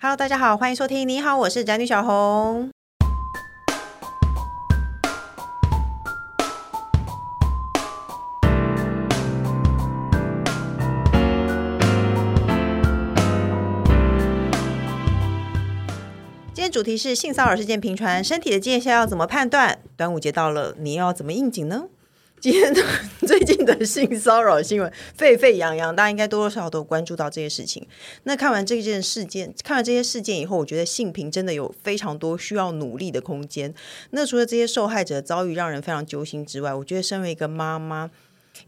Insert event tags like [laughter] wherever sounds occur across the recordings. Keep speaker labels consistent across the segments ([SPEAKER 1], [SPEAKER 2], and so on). [SPEAKER 1] Hello，大家好，欢迎收听。你好，我是宅女小红。今天主题是性骚扰事件频传，身体的界限要怎么判断？端午节到了，你要怎么应景呢？ [laughs] 今天的最近的性骚扰新闻沸沸扬扬，大家应该多多少少都关注到这些事情。那看完这件事件，看完这些事件以后，我觉得性平真的有非常多需要努力的空间。那除了这些受害者遭遇让人非常揪心之外，我觉得身为一个妈妈，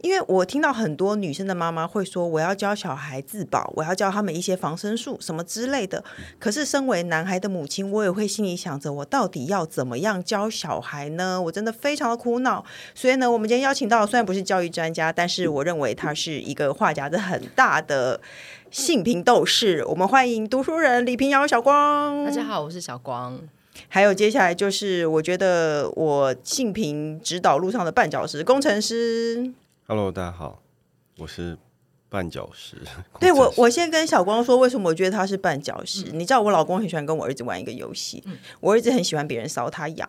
[SPEAKER 1] 因为我听到很多女生的妈妈会说，我要教小孩自保，我要教他们一些防身术什么之类的。可是身为男孩的母亲，我也会心里想着，我到底要怎么样教小孩呢？我真的非常的苦恼。所以呢，我们今天邀请到虽然不是教育专家，但是我认为他是一个话匣子很大的性平斗士。我们欢迎读书人李平遥小光。
[SPEAKER 2] 大家好，我是小光。
[SPEAKER 1] 还有接下来就是，我觉得我性平指导路上的绊脚石工程师。
[SPEAKER 3] Hello，大家好，我是绊脚石。 [laughs]
[SPEAKER 1] 对
[SPEAKER 3] 工
[SPEAKER 1] 我
[SPEAKER 3] 程，师
[SPEAKER 1] 我先跟小光说，为什么我觉得他是绊脚石？你知道，我老公很喜欢跟我儿子玩一个游戏，我儿子很喜欢别人搔他痒。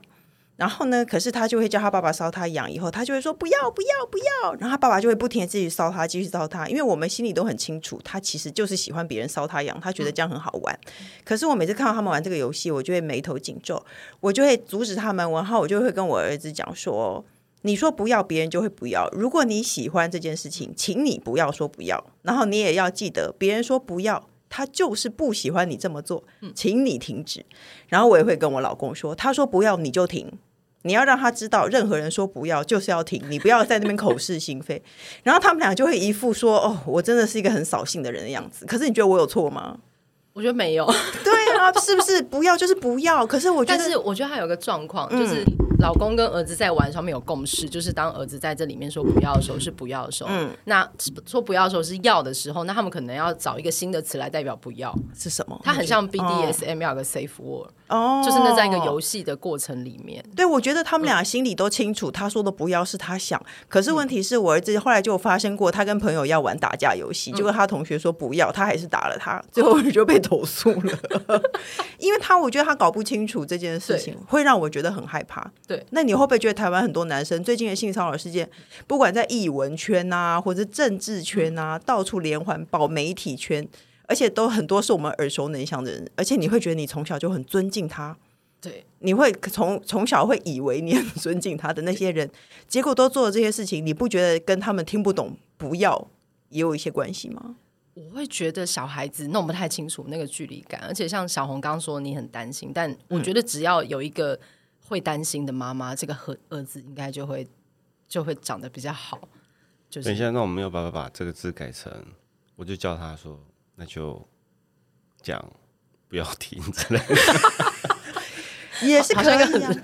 [SPEAKER 1] 然后呢？可是他就会叫他爸爸搔他痒，以后他就会说不要不要不要，然后他爸爸就会不停的继续搔他，继续搔他。因为我们心里都很清楚，他其实就是喜欢别人搔他痒，他觉得这样很好玩。可是我每次看到他们玩这个游戏，我就会眉头紧皱，我就会阻止他们，然后我就会跟我儿子讲说：“你说不要，别人就会不要。如果你喜欢这件事情，请你不要说不要，然后你也要记得，别人说不要。”他就是不喜欢你这么做，
[SPEAKER 2] 嗯
[SPEAKER 1] 请你停止。然后我也会跟我老公说，他说不要你就停，你要让他知道，任何人说不要就是要停，你不要在那边口是心非。 [laughs] 然后他们俩就会一副说：“哦，我真的是一个很扫兴的人的样子。”可是你觉得我有错吗？
[SPEAKER 2] 我觉得没有， [laughs]
[SPEAKER 1] 对 [laughs] 啊，是不是不要就是不要？可是我觉
[SPEAKER 2] 但
[SPEAKER 1] 得
[SPEAKER 2] 是我觉得还有个状况，就是老公跟儿子在玩上面有共识，就是当儿子在这里面说不要的时候是不要的时候，那说不要的时候是要的时候，那他们可能要找一个新的词来代表不要。
[SPEAKER 1] 是什么？
[SPEAKER 2] 它很像
[SPEAKER 1] 你觉得
[SPEAKER 2] BDSM 要有个 safe word，、
[SPEAKER 1] 哦，
[SPEAKER 2] 就是那在一个游。戏的过程里面，
[SPEAKER 1] 对，我觉得他们俩心里都清楚，他说的不要是他想，可是问题是我儿子后来就有发生过，他跟朋友要玩打架游戏，结果他同学说不要，他还是打了他，最后就被投诉了， [laughs] 因为他我觉得他搞不清楚这件事情，会让我觉得很害怕。
[SPEAKER 2] 对，
[SPEAKER 1] 那你会不会觉得台湾很多男生最近的性骚扰事件，不管在艺文圈呐，或者政治圈呐，到处连环爆，媒体圈，而且都很多是我们耳熟能详的人，而且你会觉得你从小就很尊敬他。
[SPEAKER 2] 对，
[SPEAKER 1] 你会从从小会以为你很尊敬他的那些人，结果都做了这些事情，你不觉得跟他们听不懂不要也有一些关系吗？
[SPEAKER 2] 我会觉得小孩子弄不太清楚那个距离感，而且像小红刚刚说，你很担心，但
[SPEAKER 3] 嗯
[SPEAKER 2] 我觉得只要有一个会担心的妈妈，这个和儿子应该就会就会长得比较好。就
[SPEAKER 3] 等一
[SPEAKER 2] 是
[SPEAKER 3] 下，那我没有办法把这个字改成，我就叫他说，那就讲不要停
[SPEAKER 1] [laughs]
[SPEAKER 3] 之类的。
[SPEAKER 1] 也是
[SPEAKER 2] 好
[SPEAKER 1] 可
[SPEAKER 2] 像
[SPEAKER 1] 以啊。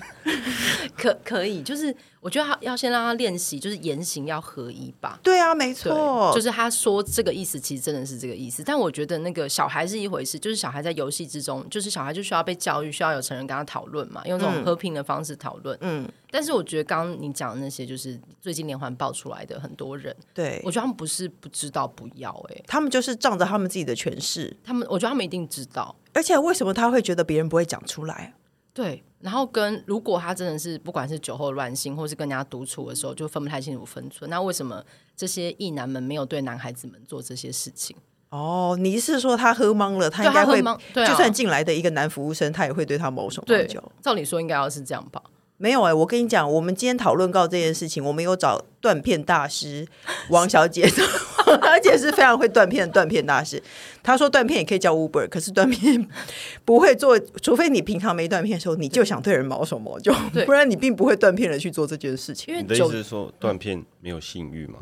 [SPEAKER 2] 可可以，就是我觉得他要先让他练习，就是言行要合一吧。
[SPEAKER 1] 对啊，没
[SPEAKER 2] 对
[SPEAKER 1] 错，，
[SPEAKER 2] 就是他说这个意思，其实真的是这个意思。但我觉得那个小孩是一回事，就是小孩在游戏之中，就是小孩就需要被教育，需要有成人跟他讨论嘛，用这种和平的方式讨论。
[SPEAKER 1] 嗯，
[SPEAKER 2] 但是我觉得刚刚你讲的那些，就是最近连环爆出来的很多人，
[SPEAKER 1] 对
[SPEAKER 2] 我觉得他们不是不知道不要、欸，
[SPEAKER 1] 他们就是仗着他们自己的权势，
[SPEAKER 2] 他们我觉得他们一定知道。
[SPEAKER 1] 而且为什么他会觉得别人不会讲出来？
[SPEAKER 2] 对，然后跟如果他真的是不管是酒后乱性，或是跟人家独处的时候，就分不太清楚分寸。那为什么这些异男们没有对男孩子们做这些事情？
[SPEAKER 1] 哦，你是说他喝懵了，他
[SPEAKER 2] 对
[SPEAKER 1] 应该
[SPEAKER 2] 他喝
[SPEAKER 1] 会
[SPEAKER 2] 懵，对啊
[SPEAKER 1] 就算进来的一个男服务生，他也会对他毛手毛
[SPEAKER 2] 对
[SPEAKER 1] 脚。，
[SPEAKER 2] 照理说应该要是这样吧。
[SPEAKER 1] 没有哎、我跟你讲，我们今天讨论到这件事情，我们有找断片大师王小姐， [laughs] 而且是非常会断片的断片大师。她说断片也可以叫 Uber，可是断片 [laughs] 不会做，除非你平常没断片的时候，你就想对人毛手毛脚，
[SPEAKER 2] 对
[SPEAKER 1] 不然你并不会断片的去做这件事情。
[SPEAKER 2] 因为
[SPEAKER 3] 你的意
[SPEAKER 2] 酒
[SPEAKER 3] 思，是说断片没有性欲吗？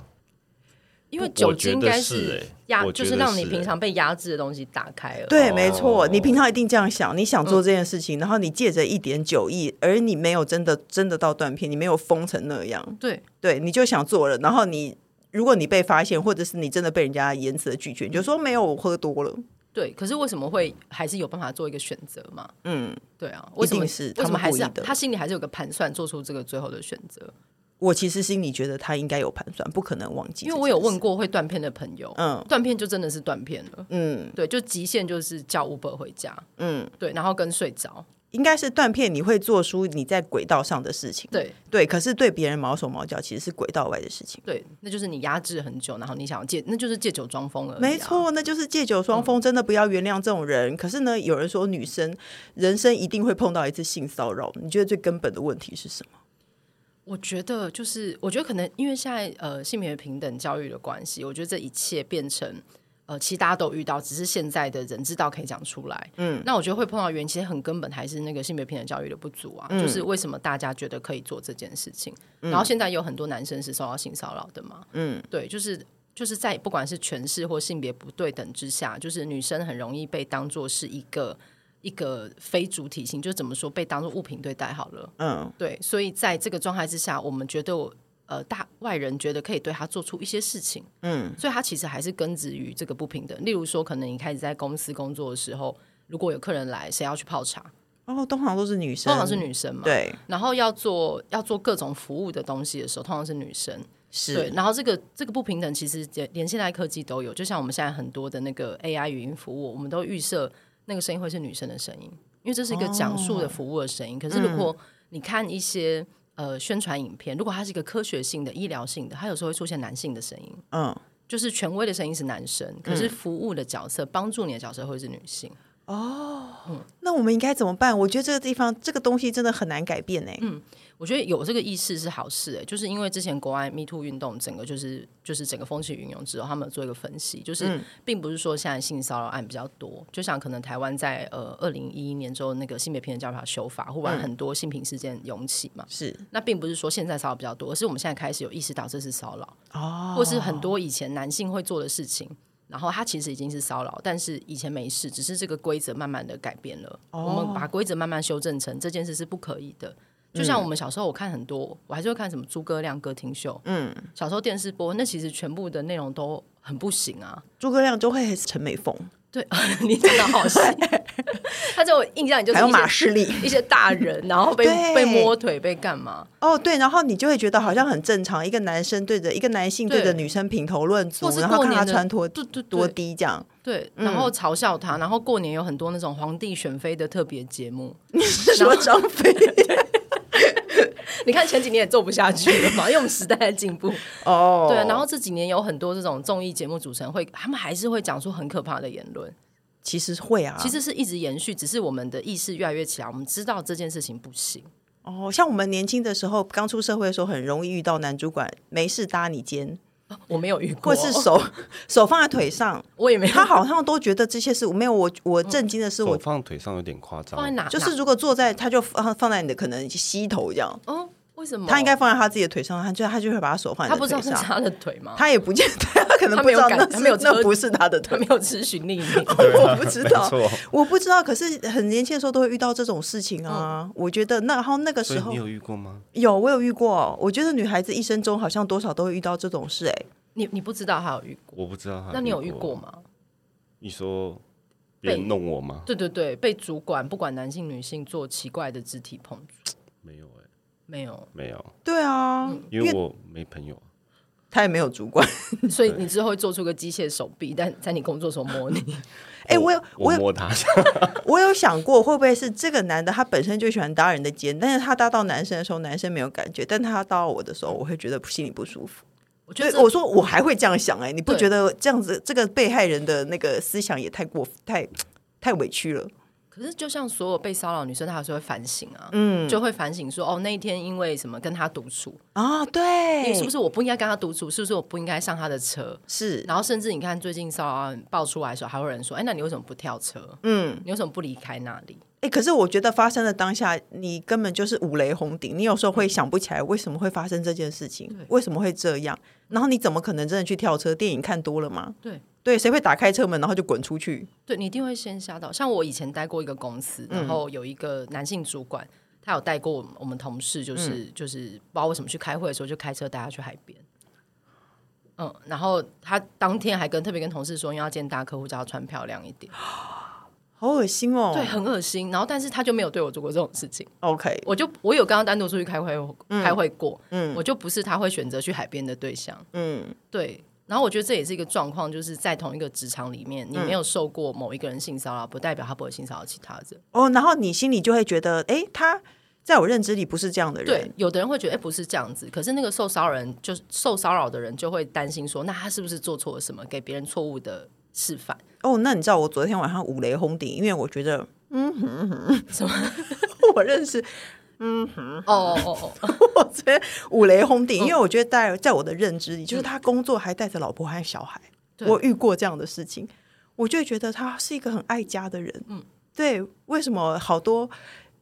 [SPEAKER 2] 因为
[SPEAKER 3] 不
[SPEAKER 2] 酒
[SPEAKER 3] 我觉
[SPEAKER 2] 精应
[SPEAKER 3] 得
[SPEAKER 2] 该
[SPEAKER 3] 是欸
[SPEAKER 2] 压，
[SPEAKER 3] 我
[SPEAKER 2] 就是
[SPEAKER 3] 觉得
[SPEAKER 2] 让你
[SPEAKER 3] 是
[SPEAKER 2] 平
[SPEAKER 3] 欸
[SPEAKER 2] 常被压制的东西打开了。
[SPEAKER 1] 对，
[SPEAKER 3] 哦
[SPEAKER 1] 没错，你平常一定这样想，你想做
[SPEAKER 2] 嗯
[SPEAKER 1] 这件事情，然后你借着一点酒意，而你没有真的真的到断片，你没有疯成那样，
[SPEAKER 2] 对，
[SPEAKER 1] 对，你就想做了，然后你。如果你被发现，或者是你真的被人家严词的拒绝，你就说没有，我喝多了。
[SPEAKER 2] 对，可是为什么会还是有办法做一个选择嘛？嗯，对啊，为
[SPEAKER 1] 一
[SPEAKER 2] 什么
[SPEAKER 1] 定是
[SPEAKER 2] 为什
[SPEAKER 1] 他
[SPEAKER 2] 么
[SPEAKER 1] 们
[SPEAKER 2] 还
[SPEAKER 1] 故意
[SPEAKER 2] 是
[SPEAKER 1] 的
[SPEAKER 2] 他心里还是有个盘算，做出这个最后的选择？
[SPEAKER 1] 我其实心里觉得他应该有盘算，不可能忘记。
[SPEAKER 2] 因为我有问，过会断片的朋友，
[SPEAKER 1] 嗯
[SPEAKER 2] 断片就真的是断片了。
[SPEAKER 1] 嗯
[SPEAKER 2] 对，就极限就是叫 Uber 回家，
[SPEAKER 1] 嗯，
[SPEAKER 2] 对，然后跟睡着，
[SPEAKER 1] 应该是断片，你会做出你在轨道上的事情，
[SPEAKER 2] 对
[SPEAKER 1] 对。可是对别人毛手毛脚，其实是轨道外的事情。
[SPEAKER 2] 对，那就是你压制很久，然后你想要借，那就是借酒装疯而已、啊。嗯
[SPEAKER 1] 没，错，那就是借酒装疯，真的不要原谅这种人。可是呢，有人说女生人生一定会碰到一次性骚扰，你觉得最根本的问题是什么？
[SPEAKER 2] 我觉得就是，我觉得可能因为现在呃性别平等教育的关系，我觉得这一切变成。呃，其实大家都有遇到，只是现在的人知道可以讲出来。嗯，那我觉得会碰到原因，其实很根本还是那个性别平等教育的不足啊。就是为什么大家觉得可以做这件事情，然后现在有很多男生是受到性骚扰的嘛。嗯，对，就是就是在不管是权势或性别不对等之下，就是女生很容易被当做是一个一个非主体性，就怎么说被当做物品对待好了。
[SPEAKER 1] 嗯，
[SPEAKER 2] 对，所以在这个状态之下，我们觉得我呃大外人觉得可以对他做出一些事情，嗯，所以他其实还是根植于这个不平等。例如说，可能你开始在公司工作的时候，如果有客人来，谁要去泡茶？
[SPEAKER 1] 哦，通常都是女生，
[SPEAKER 2] 通常是，女生嘛，。
[SPEAKER 1] 对，
[SPEAKER 2] 然后要做要做各种服务的东西的时候，通常是女生，对。
[SPEAKER 1] 是，
[SPEAKER 2] 然后这个这个不平等其实连连现代科技都有，就像我们现在很多的那个 AI 语音服务，我们都预设那个声音会是女生的声音，因为这是一个讲述的服务的声音。可是如果你看一些呃宣传影片，如果它是一个科学性的、医疗性的，它有时候会出现男性的声音，
[SPEAKER 1] 嗯，
[SPEAKER 2] 就是权威的声音是男生，可是服务的角色、帮助你的角色会是女性。
[SPEAKER 1] 那我们应该怎么办？我觉得这个地方这个东西真的很难改变呢、欸
[SPEAKER 2] 嗯我觉得有这个意识是好事、欸，就是因为之前国外 Me Too 运动整个就是就是整个风起云涌之后，他们有做一个分析，就是并不是说现在性骚扰案比较多，就像可能台湾在呃二零一一年之后那个性别平等教法修法，忽然很多性平事件涌起嘛，
[SPEAKER 1] 是
[SPEAKER 2] 那并不是说现在骚扰比较多，而是我们现在开始有意识到这是骚扰，
[SPEAKER 1] 哦，
[SPEAKER 2] 或是很多以前男性会做的事情。然后他其实已经是骚扰，但是以前没事，只是这个规则慢慢的改变了。我
[SPEAKER 1] 哦
[SPEAKER 2] 们把规则慢慢修正成这件事是不可以的。就
[SPEAKER 1] 嗯
[SPEAKER 2] 像我们小时候，我看很多，我还是会看什么诸葛亮歌厅秀，嗯，小时候电视播，那其实全部的内容都很不行啊。
[SPEAKER 1] 诸葛亮就会是陈美凤，
[SPEAKER 2] 对， [laughs] 你真的好细， [laughs] 他在我印象里就是
[SPEAKER 1] 还有
[SPEAKER 2] 一些
[SPEAKER 1] 马士利。
[SPEAKER 2] 一些大人，然后被
[SPEAKER 1] 对
[SPEAKER 2] 被摸腿，被干嘛？
[SPEAKER 1] 哦，对，然后你就会觉得好像很正常，一个男生对着一个男性对着
[SPEAKER 2] 对
[SPEAKER 1] 女生评头论足
[SPEAKER 2] 或，是
[SPEAKER 1] 然后
[SPEAKER 2] 过
[SPEAKER 1] 看
[SPEAKER 2] 年
[SPEAKER 1] 他
[SPEAKER 2] 的
[SPEAKER 1] 穿脱
[SPEAKER 2] 对对对
[SPEAKER 1] 多低这
[SPEAKER 2] [laughs]
[SPEAKER 1] 样。
[SPEAKER 2] 对，然
[SPEAKER 1] 嗯
[SPEAKER 2] 后嘲笑他，然后过年有很多那种皇帝选妃的特别节目，
[SPEAKER 1] 说张飞
[SPEAKER 2] 你看前几年也做不下去了嘛，因为我们时代在进步。
[SPEAKER 1] [laughs] [laughs] 哦，
[SPEAKER 2] 对，然后这几年有很多这种综艺节目主持人会，他们还是会讲出很可怕的言论，
[SPEAKER 1] 啊其实会啊，
[SPEAKER 2] 其实是一直延续，只是我们的意识越来越起来，我们知道这件事情不行。
[SPEAKER 1] 哦，像我们年轻的时候，刚出社会的时候，很容易遇到男主管没事搭你肩，
[SPEAKER 2] 我没有遇
[SPEAKER 1] 嗯或
[SPEAKER 2] 过，
[SPEAKER 1] 是手 [laughs] 手放在腿上，
[SPEAKER 2] 我也没有
[SPEAKER 1] 他好像都觉得这些事没有我我震惊的是
[SPEAKER 3] 手
[SPEAKER 1] 我。
[SPEAKER 3] 放腿上有点夸张
[SPEAKER 2] 放在，
[SPEAKER 3] [laughs]
[SPEAKER 2] 哪，
[SPEAKER 1] 就是
[SPEAKER 2] 哪
[SPEAKER 1] 如果坐在，他就放放在你的可能膝头这样，
[SPEAKER 2] 哦，为什么
[SPEAKER 1] 他应该放在他自己的腿上，他就他就会把他手放在
[SPEAKER 2] 他
[SPEAKER 1] 你的
[SPEAKER 2] 不
[SPEAKER 1] 腿
[SPEAKER 2] 知道是
[SPEAKER 1] 上，
[SPEAKER 2] 他的腿吗？
[SPEAKER 1] 他也不见他可能
[SPEAKER 2] 他
[SPEAKER 1] 不知
[SPEAKER 2] 没有
[SPEAKER 1] 道
[SPEAKER 2] 感
[SPEAKER 1] 那
[SPEAKER 2] 他
[SPEAKER 1] 是
[SPEAKER 2] 没有车
[SPEAKER 1] 那不是他的
[SPEAKER 2] 他
[SPEAKER 1] 腿
[SPEAKER 2] 没，有咨询力，
[SPEAKER 1] [laughs] 我不知道 [laughs]
[SPEAKER 3] 没，错。
[SPEAKER 1] 我不知道。可是很年轻的时候都会遇到这种事情啊，
[SPEAKER 2] 嗯
[SPEAKER 1] 我觉得那然后那个
[SPEAKER 3] 所
[SPEAKER 1] 时
[SPEAKER 3] 以
[SPEAKER 1] 候
[SPEAKER 3] 你有遇过吗？
[SPEAKER 1] 有，我有遇过。我觉得女孩子一生中好像多少都会遇到这种事、哎，
[SPEAKER 2] 你你不知道他有遇过，
[SPEAKER 3] 我不知道他。
[SPEAKER 2] 那你有遇过？吗？
[SPEAKER 3] 你说别人
[SPEAKER 2] 被
[SPEAKER 3] 弄我吗？
[SPEAKER 2] 对对对，被主管不管男性女性做奇怪的肢体碰触，
[SPEAKER 3] 没有哎，
[SPEAKER 2] 没有，
[SPEAKER 3] 没有，
[SPEAKER 1] 对啊，
[SPEAKER 2] 嗯
[SPEAKER 3] 因为我没朋友。啊
[SPEAKER 1] 她也没有主管。
[SPEAKER 2] 所以你之后会做出个机械手臂，但在你工作的时候摸你。
[SPEAKER 1] [laughs] 哎、我有，
[SPEAKER 3] 我
[SPEAKER 1] [laughs] 我有，
[SPEAKER 3] 摸他，
[SPEAKER 1] 我有想过，会不会是这个男的他本身就喜欢搭人的肩，但是他搭到男生的时候，男生没有感觉，但他搭到我的时候，我会觉得心里不舒服。
[SPEAKER 2] [laughs] 我觉
[SPEAKER 1] 对
[SPEAKER 2] 得，这
[SPEAKER 1] 我说我还会这样想、哎，你不
[SPEAKER 2] 对
[SPEAKER 1] 觉得这样子这个被害人的那个思想也太过太太委屈了？
[SPEAKER 2] 可是就像所有被骚扰的女生，她还是会反省啊，嗯，就会反省说，哦，那一天因为什么跟她独处，
[SPEAKER 1] 啊，对，
[SPEAKER 2] 是不是我不应该跟她独处？是不是我不应该上她的车？
[SPEAKER 1] 是
[SPEAKER 2] 然后甚至你看最近骚扰案爆出来的时候，还有人说，哎，那你为什么不跳车？嗯，你为什么不离开那里？
[SPEAKER 1] 哎、可是我觉得发生的当下，你根本就是五雷轰顶，你有时候
[SPEAKER 2] 嗯
[SPEAKER 1] 会想不起来为什么会发生这件事情，为什么会这样，然后你怎么可能真的去跳车？电影看多了吗？
[SPEAKER 2] 对。
[SPEAKER 1] 对，谁会打开车门然后就滚出去？
[SPEAKER 2] 对你一定会先吓到。像我以前待过一个公司，然后有一个男性主管，他有带过我们我们同事，就是、就是不知道为什么去开会的时候就开车带他去海边。嗯，然后他当天还跟特别跟同事说，因为要见大客户，就要穿漂亮一点。
[SPEAKER 1] 好恶心哦。
[SPEAKER 2] 对，很恶心。然后，但是他就没有对我做过这种事情。
[SPEAKER 1] ，OK，
[SPEAKER 2] 我就我有跟他单独出去开会、开会过，我就不是他会选择去海边的对象。
[SPEAKER 1] 嗯
[SPEAKER 2] 对，然后我觉得这也是一个状况，就是在同一个职场里面，你没有受过某一个人性骚扰，不代表他不会性骚扰其他人。
[SPEAKER 1] 哦，然后你心里就会觉得，哎，他在我认知里不是这样的
[SPEAKER 2] 对
[SPEAKER 1] 人，，
[SPEAKER 2] 有的人会觉得，哎、不是这样子。可是那个受骚扰人，就是受骚扰的人，就会担心说，那他是不是做错了什么，给别人错误的示范？
[SPEAKER 1] 哦，那你知道我昨天晚上五雷轰顶，因为我觉得，嗯 [laughs]
[SPEAKER 2] 什
[SPEAKER 1] 哼哼，我认识
[SPEAKER 2] 哦哦 [laughs] 哦，
[SPEAKER 1] 我昨天五雷轰顶，因为我觉得在在我的认知里，就是他工作还带着老婆和小孩，
[SPEAKER 2] 对
[SPEAKER 1] 我遇过这样的事情，我就会觉得他是一个很爱家的人。嗯，对，为什么好多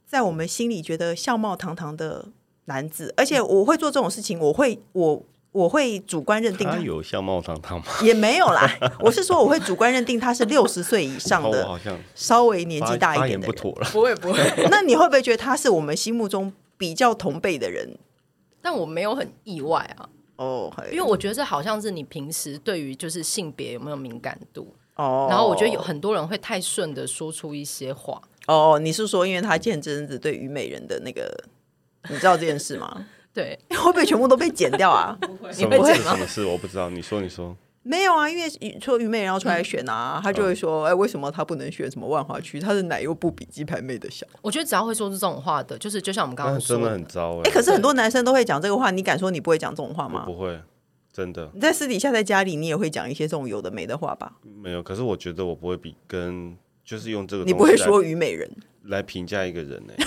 [SPEAKER 1] 在我们心里觉得相貌堂堂的男子，而且我会做这种事情，我会我我会主观认定
[SPEAKER 3] 他
[SPEAKER 1] 他
[SPEAKER 3] 有相貌堂堂吗？
[SPEAKER 1] 也没有啦，我是说我会主观认定他是六十岁以上
[SPEAKER 3] 我
[SPEAKER 1] 的
[SPEAKER 3] [laughs] 好像
[SPEAKER 1] 稍微年
[SPEAKER 3] 发
[SPEAKER 1] 纪大一
[SPEAKER 3] 发
[SPEAKER 1] 点
[SPEAKER 3] 言
[SPEAKER 1] 的
[SPEAKER 3] 不
[SPEAKER 1] 人。
[SPEAKER 3] 妥了。
[SPEAKER 2] 不会不会，
[SPEAKER 1] [laughs] 那你会不会觉得他是我们心目中比较同辈的人？
[SPEAKER 2] 但我没有很意外啊，
[SPEAKER 1] 哦，
[SPEAKER 2] 因为我觉得这好像是你平时对于就是性别有没有敏感度，
[SPEAKER 1] 哦，
[SPEAKER 2] 然后我觉得有很多人会太顺的说出一些话，
[SPEAKER 1] 哦，你是说因为他见真子对虞美人的那个，你知道这件事
[SPEAKER 2] [laughs]
[SPEAKER 1] 吗？
[SPEAKER 2] 对，
[SPEAKER 1] 会不会全部都被剪掉
[SPEAKER 2] [laughs]
[SPEAKER 1] 啊？
[SPEAKER 3] 什
[SPEAKER 2] 会
[SPEAKER 3] 么
[SPEAKER 2] 剪
[SPEAKER 3] 是
[SPEAKER 2] 吗
[SPEAKER 3] 什么事？我不知道。你说，你说，
[SPEAKER 1] 没有啊，因为说虞美人要出来选啊，
[SPEAKER 2] 嗯
[SPEAKER 1] 他就会说，哎，为什么他不能选什么万华区？他的奶又不比鸡排妹的
[SPEAKER 2] [laughs]
[SPEAKER 1] 小。
[SPEAKER 2] 我觉得只要会说出这种话的，就是就像我们刚
[SPEAKER 3] 那
[SPEAKER 2] 刚说
[SPEAKER 3] 真的很糟哎、
[SPEAKER 1] 哎，可是很多男生都会讲这个话，你敢说你不会讲这种话
[SPEAKER 3] 我
[SPEAKER 1] 吗？
[SPEAKER 3] 不会，真的
[SPEAKER 1] 你在私底下在家里，你也会讲一些这种有的没的话吧？
[SPEAKER 3] 没有。可是我觉得我不会比跟，就是用这个
[SPEAKER 1] 你
[SPEAKER 3] 东
[SPEAKER 1] 不会
[SPEAKER 3] 西来
[SPEAKER 1] 说虞美人。
[SPEAKER 3] 来评价一个人
[SPEAKER 2] [laughs]
[SPEAKER 3] 哎、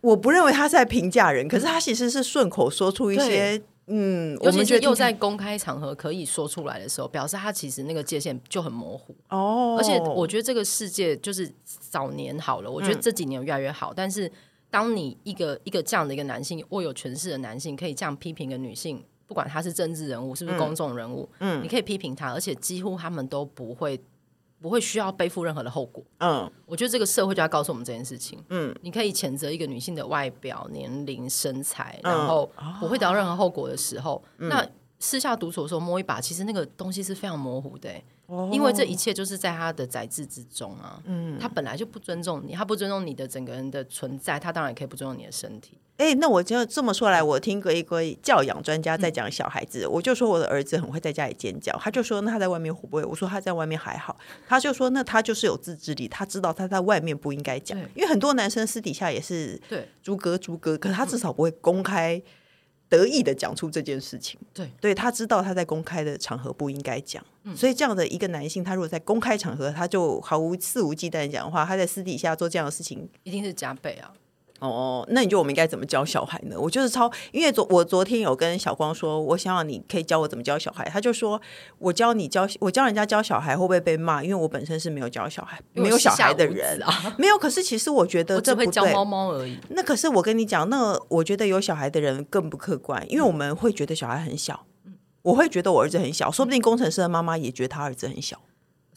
[SPEAKER 1] 我不认为他是在评价人，可是他其实是顺口说出一些，嗯，我
[SPEAKER 2] 嗯尤
[SPEAKER 1] 们
[SPEAKER 2] 其
[SPEAKER 1] 觉得
[SPEAKER 2] 是又
[SPEAKER 1] 听起来
[SPEAKER 2] 在公开场合可以说出来的时候，表示他其实那个界限就很模糊。
[SPEAKER 1] 哦，
[SPEAKER 2] 而且我觉得这个世界就是早年好了，我
[SPEAKER 1] 嗯
[SPEAKER 2] 觉得这几年越来越好，但是当你一个一个这样的一个男性握有权势的男性，可以这样批评一个女性，不管她是政治人物是不是公众人物，嗯，你可以批评她，而且几乎他们都不会不会需要背负任何的后果。
[SPEAKER 1] 嗯
[SPEAKER 2] 我觉得这个社会就要告诉我们这件事情。嗯，你可以谴责一个女性的外表、年龄、身材，
[SPEAKER 1] 嗯
[SPEAKER 2] 然后不会得到任何后果的时
[SPEAKER 1] 哦
[SPEAKER 2] 候，那私下独处的时候摸一把，其实那个东西是非常模糊的、欸
[SPEAKER 1] 哦
[SPEAKER 2] 因为这一切就是在他的宰制之中啊。嗯，他本来就不尊重你，他不尊重你的整个人的存在，他当然也可以不尊重你的身体。
[SPEAKER 1] 哎、那我就这么说来，我听过一个教养专家在讲小孩子，
[SPEAKER 2] 嗯
[SPEAKER 1] 我就说我的儿子很会在家里尖叫，他就说那他在外面会不会？我说他在外面还好，他就说那他就是有自制力，他知道他在外面不应该讲
[SPEAKER 2] 对，
[SPEAKER 1] 因为很多男生私底下也是
[SPEAKER 2] 对
[SPEAKER 1] 猪哥猪哥，可
[SPEAKER 2] 嗯
[SPEAKER 1] 他至少不会公开得意的讲出这件事情。
[SPEAKER 2] 对，嗯
[SPEAKER 1] 对他知道他在公开的场合不应该讲，所以这样的一个男性，他如果在公开场合他就毫无肆无忌惮地讲的话，他在私底下做这样的事情，
[SPEAKER 2] 一定是加倍啊。
[SPEAKER 1] 哦，那你觉得我们应该怎么教小孩呢？我就是超，因为昨我昨天有跟小光说，我想想你可以教我怎么教小孩，他就说我教你教我教人家教小孩会不会被骂？因为我本身是没有教小孩，没有小孩的人，
[SPEAKER 2] 啊，
[SPEAKER 1] 没有。可是其实我觉得
[SPEAKER 2] 我只
[SPEAKER 1] [laughs] 这
[SPEAKER 2] 会
[SPEAKER 1] 不
[SPEAKER 2] 教
[SPEAKER 1] 对。
[SPEAKER 2] 猫猫而已。
[SPEAKER 1] 那可是我跟你讲，那我觉得有小孩的人更不客观，因为我们会觉得小孩很小，我会觉得我儿子很小，说不定工程师的妈妈也觉得他儿子很小。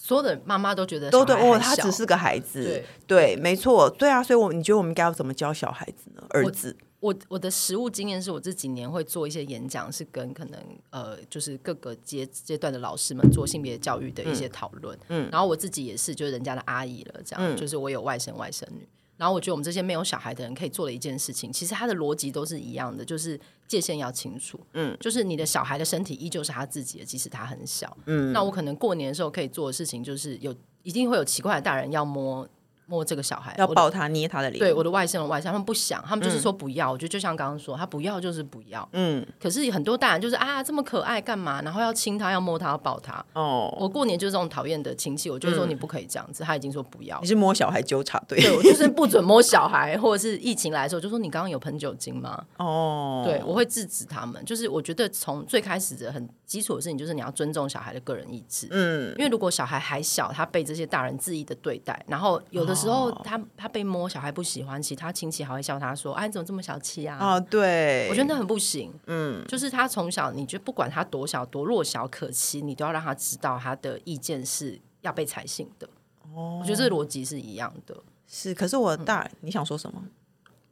[SPEAKER 2] 所有的妈妈都觉得
[SPEAKER 1] 都对
[SPEAKER 2] 小孩
[SPEAKER 1] 哦，
[SPEAKER 2] 很
[SPEAKER 1] 他
[SPEAKER 2] 小
[SPEAKER 1] 只是个孩子，
[SPEAKER 2] 对
[SPEAKER 1] 没错，对啊，所以我你觉得我们应该要怎么教小孩子呢？儿子，
[SPEAKER 2] 我我的实务经验是我这几年会做一些演讲，是跟可能呃，就是各个阶阶段的老师们做性别教育的一些讨论。嗯，然后我自己也是，就是人家的阿姨了，这样，就是我有外甥外甥女。然后我觉得我们这些没有小孩的人可以做的一件事情，其实它的逻辑都是一样的，就是界限要清楚。嗯，就是你的小孩的身体依旧是他自己的，即使他很小。嗯，那我可能过年的时候可以做的事情，就是有一定会有奇怪的大人要摸摸这个小孩，
[SPEAKER 1] 要
[SPEAKER 2] 我的
[SPEAKER 1] 抱他捏他的脸，
[SPEAKER 2] 对我的外甥、我外甥，他们不想，他们就是说不要。我觉得就像刚刚说，他不要就是不要。
[SPEAKER 1] 嗯，
[SPEAKER 2] 可是很多大人就是啊，这么可爱干嘛？然后要亲他，要摸他，要抱他。
[SPEAKER 1] 哦，嗯
[SPEAKER 2] 我过年就是这种讨厌的亲戚，我就说你不可以这样子。他已经说不要
[SPEAKER 1] 你，是摸小孩纠察队，
[SPEAKER 2] 对我就是不准摸小孩，或者是疫情来的时候，就说你刚刚有喷酒精吗？
[SPEAKER 1] 哦，
[SPEAKER 2] 对，我会制止他们。就是我觉得从最开始的很基础的事情，就是你要尊重小孩的个人意志。
[SPEAKER 1] 嗯，
[SPEAKER 2] 因为如果小孩还小，他被这些大人恣意的对待，然后有的时候
[SPEAKER 1] 哦
[SPEAKER 2] 他、他被摸，小孩不喜欢，其他亲戚还会笑他说：“哎、你怎么这么小气啊？”
[SPEAKER 1] 哦，对，
[SPEAKER 2] 我觉得那很不行。嗯，就是他从小，你就不管他多小多弱小可欺，你都要让他知道他的意见是要被采信的。哦，我觉得这个逻辑是一样的，
[SPEAKER 1] 是，可是我大，
[SPEAKER 2] 嗯
[SPEAKER 1] 你想说什么？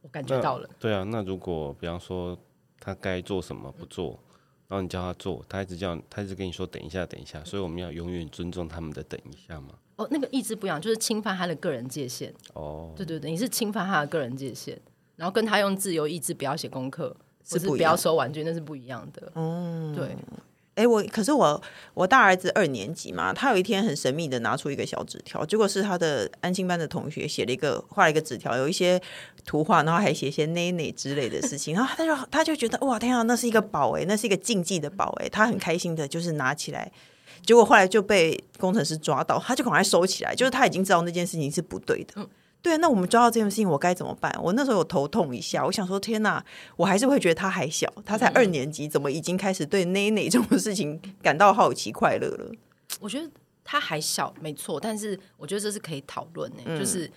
[SPEAKER 2] 我感觉
[SPEAKER 3] 那
[SPEAKER 2] 到了。
[SPEAKER 3] 对啊，那如果比方说他该做什么不做，然后你叫他做，他一直叫，他一直跟你说等一下，等一下，所以我们要永远尊重他们的等一下嘛。
[SPEAKER 2] 哦，那个意志不一样，就是侵犯他的个人界限。
[SPEAKER 3] 哦，
[SPEAKER 2] 对对对，你是侵犯他的个人界限，然后跟他用自由意志不要写功课，
[SPEAKER 1] 是
[SPEAKER 2] 或
[SPEAKER 1] 不一
[SPEAKER 2] 不要
[SPEAKER 1] 样
[SPEAKER 2] 收玩具，那是不一样的。嗯，对，
[SPEAKER 1] 哎，我可是我我大儿子二年级嘛，他有一天很神秘的拿出一个小纸条，结果是他的安心班的同学写了一个画了一个纸条，有一些图画，然后还写一些内内之类的事情，然后他就他就觉得哇天啊，那是一个宝哎、那是一个禁忌的宝哎、他很开心的，就是拿起来。结果后来就被工程师抓到，他就赶快收起来，就是他已经知道那件事情是不对的。
[SPEAKER 2] 嗯
[SPEAKER 1] 对，那我们抓到这件事情，我该怎么办？我那时候有头痛一下，我想说，天哪，我还是会觉得他还小，他才
[SPEAKER 2] 嗯
[SPEAKER 1] 二年级，怎么已经开始对内内这种事情感到好奇、快乐了？
[SPEAKER 2] 我觉得他还小，没错，但是我觉得这是可以讨论的，
[SPEAKER 1] 嗯
[SPEAKER 2] 就是。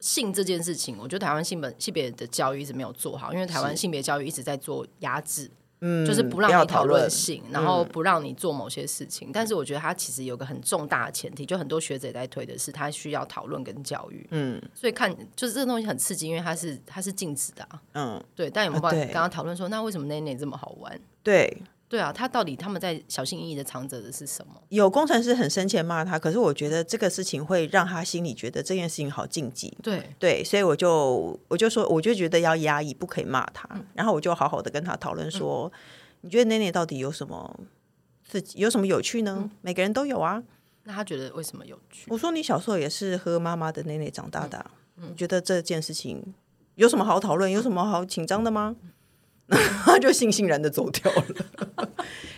[SPEAKER 2] 性这件事情，我觉得台湾性本性别的教育一直没有做好，因为台湾性别教育一直在做压制，
[SPEAKER 1] 嗯
[SPEAKER 2] 就是不
[SPEAKER 1] 不要
[SPEAKER 2] 让你
[SPEAKER 1] 讨
[SPEAKER 2] 讨
[SPEAKER 1] 论嗯
[SPEAKER 2] 论性，然后不让你做某些事情。但是我觉得它其实有个很重大的前提，就很多学者也在推的是，它需要讨论跟教育。
[SPEAKER 1] 嗯
[SPEAKER 2] 所以看就是这个东西很刺激，因为它是它是禁止的、啊，
[SPEAKER 1] 嗯，
[SPEAKER 2] 对。但有没有
[SPEAKER 1] 啊
[SPEAKER 2] 办法
[SPEAKER 1] 对
[SPEAKER 2] 跟他讨论说，那为什么内内这么好玩？
[SPEAKER 1] 对，
[SPEAKER 2] 对啊，他到底他们在小心翼翼的藏着的是什么？
[SPEAKER 1] 有工程师很生气地骂他，可是我觉得这个事情会让他心里觉得这件事情好禁忌。
[SPEAKER 2] 对，
[SPEAKER 1] 对，所以我就我就说，我就觉得要压抑，不可以骂他。然后我就好好的跟他讨论说，你觉得内内到底有什么自己有什么有趣呢？每个人都有啊。
[SPEAKER 2] 那他觉得为什么有趣？
[SPEAKER 1] 我说你小时候也是喝妈妈的奶奶长大的啊、你觉得这件事情有什么好讨论，有什么好紧张的吗？ [laughs] 他就悻悻然的走掉了。 [laughs]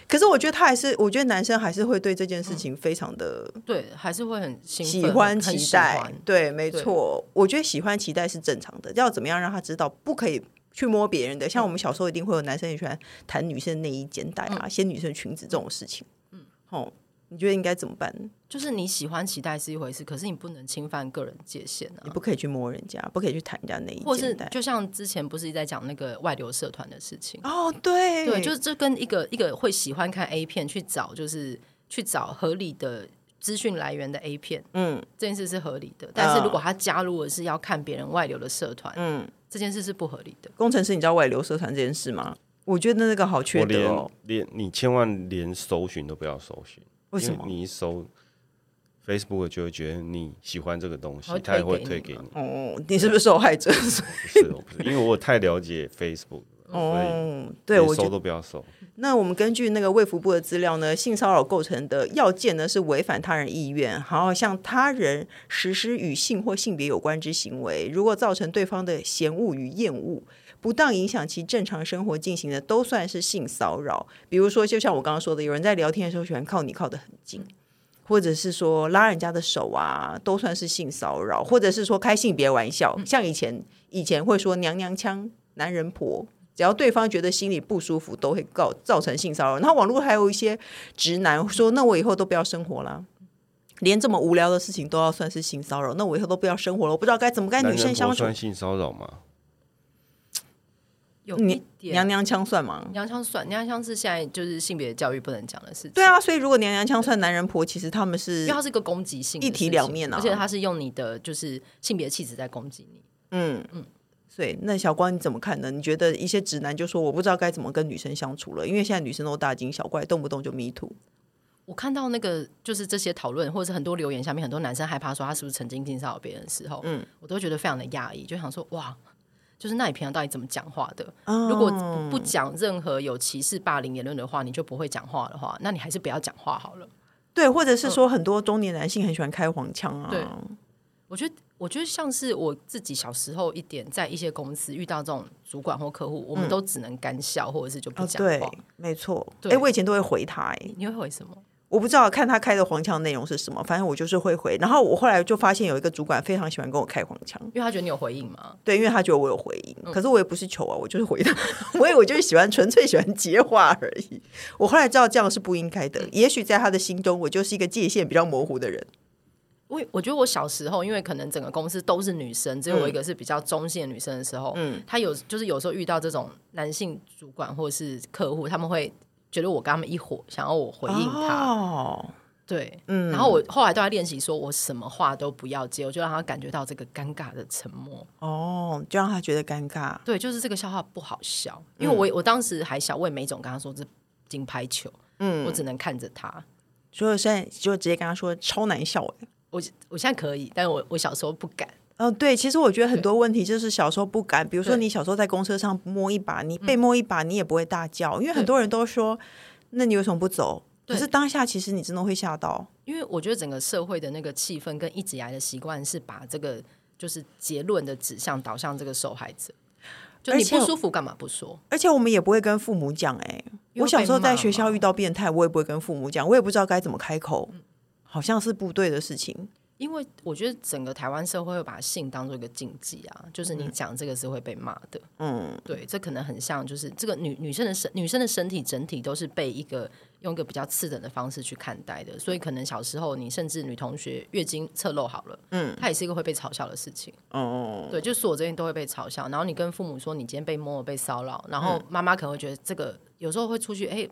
[SPEAKER 1] 可是我觉得他还是，我觉得男生还是会对这件事情非常的
[SPEAKER 2] 对，还是会很兴
[SPEAKER 1] 喜
[SPEAKER 2] 奋
[SPEAKER 1] 欢、
[SPEAKER 2] 很很
[SPEAKER 1] 期
[SPEAKER 2] 喜
[SPEAKER 1] 待
[SPEAKER 2] 欢。
[SPEAKER 1] 对，没错，我觉得喜欢、期待是正常的。要怎么样让他知道不可以去摸别人的？像我们小时候一定会有男生很喜欢弹女生内衣肩带
[SPEAKER 2] 嗯
[SPEAKER 1] 啊、掀女生裙子这种事情。嗯，哦，你觉得应该怎么办？
[SPEAKER 2] 就是你喜欢期待是一回事，可是你不能侵犯个人界限啊
[SPEAKER 1] 你。不可以去摸人家，不可以去弹人家内衣
[SPEAKER 2] 或是
[SPEAKER 1] 肩带。
[SPEAKER 2] 就像之前不是一直在讲那个外流社团的事情，
[SPEAKER 1] 哦，对，
[SPEAKER 2] 对，就是这跟一个一个会喜欢看 A 片去找，就是去找合理的资讯来源的 A 片，
[SPEAKER 1] 嗯
[SPEAKER 2] 这件事是合理的。但是如果他加入的是要看别人外流的社团，
[SPEAKER 1] 嗯，
[SPEAKER 2] 这件事是不合理的。
[SPEAKER 1] 工程师，你知道外流社团这件事吗？我觉得那个好缺
[SPEAKER 3] 我
[SPEAKER 1] 德
[SPEAKER 3] 连
[SPEAKER 1] 哦，
[SPEAKER 3] 连你千万连搜寻都不要搜寻，
[SPEAKER 1] 为什
[SPEAKER 3] 因
[SPEAKER 1] 么？
[SPEAKER 3] 你一搜 Facebook 就会觉得你喜欢这个东西
[SPEAKER 2] 它会，
[SPEAKER 3] 它也会
[SPEAKER 2] 推
[SPEAKER 3] 推
[SPEAKER 2] 给
[SPEAKER 3] 给
[SPEAKER 2] 你
[SPEAKER 3] 你。
[SPEAKER 1] 哦，你是不是受害者？
[SPEAKER 3] 不是，我不是，因为我太了解 Facebook，了
[SPEAKER 2] 嗯
[SPEAKER 1] 哦，
[SPEAKER 3] 所以
[SPEAKER 1] 对，
[SPEAKER 3] 连
[SPEAKER 1] 我
[SPEAKER 3] 搜
[SPEAKER 1] 觉得
[SPEAKER 3] 都不要搜。
[SPEAKER 1] 那我们根据那个卫福部的资料呢，性骚扰构成的要件呢是违反他人意愿，然后向他人实施与性或性别有关之行为，如果造成对方的嫌恶与厌恶，不当影响其正常生活进行的，都算是性骚扰。比如说，就像我刚刚说的，有人在聊天的时候喜欢靠你靠得很近。或者是说拉人家的手啊，都算是性骚扰，或者是说开性别玩笑，像以前以前会说娘娘腔、男人婆，只要对方觉得心里不舒服，都会告造成性骚扰。然后网络还有一些直男说：“那我以后都不要生活啦。”连这么无聊的事情都要算是性骚扰，那我以后都不要生活了，我不知道该怎么跟
[SPEAKER 3] 男
[SPEAKER 1] 女
[SPEAKER 3] 人
[SPEAKER 1] 生
[SPEAKER 3] 不
[SPEAKER 1] 相处。
[SPEAKER 3] 算性骚扰吗？
[SPEAKER 2] 有一
[SPEAKER 1] 娘娘
[SPEAKER 2] 点
[SPEAKER 1] 娘腔算吗？
[SPEAKER 2] 娘腔算娘腔是现在就是性别教育不能讲的事情。
[SPEAKER 1] 对，啊，所以如果娘娘腔算男人婆，其实他们
[SPEAKER 2] 因
[SPEAKER 1] 是
[SPEAKER 2] 为它是一个攻击性的
[SPEAKER 1] 一
[SPEAKER 2] 事情，
[SPEAKER 1] 体两面啊
[SPEAKER 2] 而且它是用你的就是性别气质在攻击你。
[SPEAKER 1] 嗯嗯。所以那小光你怎么看呢？你觉得一些直男就说我不知道该怎么跟女生相处了，因为现在女生都大惊小怪，动不动就 me too。
[SPEAKER 2] 我看到那个就是这些讨论，或者是很多留言下面，很多男生害怕说他是不是曾经性骚扰别人的时候，嗯，我都觉得非常的压抑，就想说哇，就是那你平常到底怎么讲话的？
[SPEAKER 1] 哦
[SPEAKER 2] 如果不不讲任何有歧视、霸凌言论的话，你就不会讲话的话，那你还是不要讲话好了。
[SPEAKER 1] 对，或者是说很多中年男性很喜欢开黄腔啊。
[SPEAKER 2] 嗯对我觉得，我觉得像是我自己小时候一点，在一些公司遇到这种主管或客户，我们都只能干笑，或者是就
[SPEAKER 1] 嗯
[SPEAKER 2] 不
[SPEAKER 1] 哦，
[SPEAKER 2] 讲
[SPEAKER 1] 对
[SPEAKER 2] 话。，
[SPEAKER 1] 没错。哎、
[SPEAKER 2] 对
[SPEAKER 1] 我以前都会回他、哎，
[SPEAKER 2] 你会回什么？
[SPEAKER 1] 我不知道看他开的黄腔内容是什么，反正我就是会回。然后我后来就发现有一个主管非常喜欢跟我开黄腔，
[SPEAKER 2] 因为他觉得你有回应嘛。
[SPEAKER 1] 对，因为他觉得我有回应，可是我也不是求啊，我就是回他， [laughs] 我以为我就是喜欢纯粹喜欢接话而已。我后来知道这样是不应该的，也许在他的心中，我就是一个界限比较模糊的人。
[SPEAKER 2] 我我觉得我小时候，因为可能整个公司都是女生，只有
[SPEAKER 1] 嗯
[SPEAKER 2] 我一个是比较中性的女生的时候，嗯，她有就是有时候遇到这种男性主管或是客户，他们会觉得我跟他们一伙，想要我回应他，
[SPEAKER 1] 哦，
[SPEAKER 2] 对，
[SPEAKER 1] 嗯
[SPEAKER 2] 然后我后来都在练习，说我什么话都不要接，我就让他感觉到这个尴尬的沉默。
[SPEAKER 1] 哦，就让他觉得尴尬。嗯
[SPEAKER 2] 对，就是这个笑话不好笑，因为我、我当时还小，我也没种跟他说这金牌球，嗯，我只能看着他。
[SPEAKER 1] 所以现在就直接跟他说超难笑哎。
[SPEAKER 2] 我我现在可以，但我我小时候不敢。
[SPEAKER 1] 哦，对，其实我觉得很多问题就是小时候不敢，比如说你小时候在公车上摸一把，你被摸一把，你也不会大叫，因为很多人都说，那你为什么不走？可是当下其实你真的会吓到，
[SPEAKER 2] 因为我觉得整个社会的那个气氛跟一直以来的习惯是把这个就是结论的指向导向这个受害者，就你
[SPEAKER 1] 而且
[SPEAKER 2] 不舒服干嘛不说？
[SPEAKER 1] 而且我们也不会跟父母讲哎、
[SPEAKER 2] 因为
[SPEAKER 1] 我小时候
[SPEAKER 2] 被骂
[SPEAKER 1] 在学校
[SPEAKER 2] 嘛
[SPEAKER 1] 遇到变态，我也不会跟父母讲，我也不知道该怎么开口，好像是不对的事情。
[SPEAKER 2] 因为我觉得整个台湾社会会把性当做一个禁忌啊，就是你讲这个是会被骂的。
[SPEAKER 1] 嗯，
[SPEAKER 2] 对，这可能很像，就是这个女女生的身女生的身体整体都是被一个用一个比较次等的方式去看待的，所以可能小时候你甚至女同学月经侧漏好了，嗯，它也是一个会被嘲笑的事情。
[SPEAKER 1] 哦，
[SPEAKER 2] 对，就所有这些都会被嘲笑。然后你跟父母说你今天被摸了、被骚扰，
[SPEAKER 1] 嗯
[SPEAKER 2] 然后妈妈可能会觉得这个有时候会出去，哎、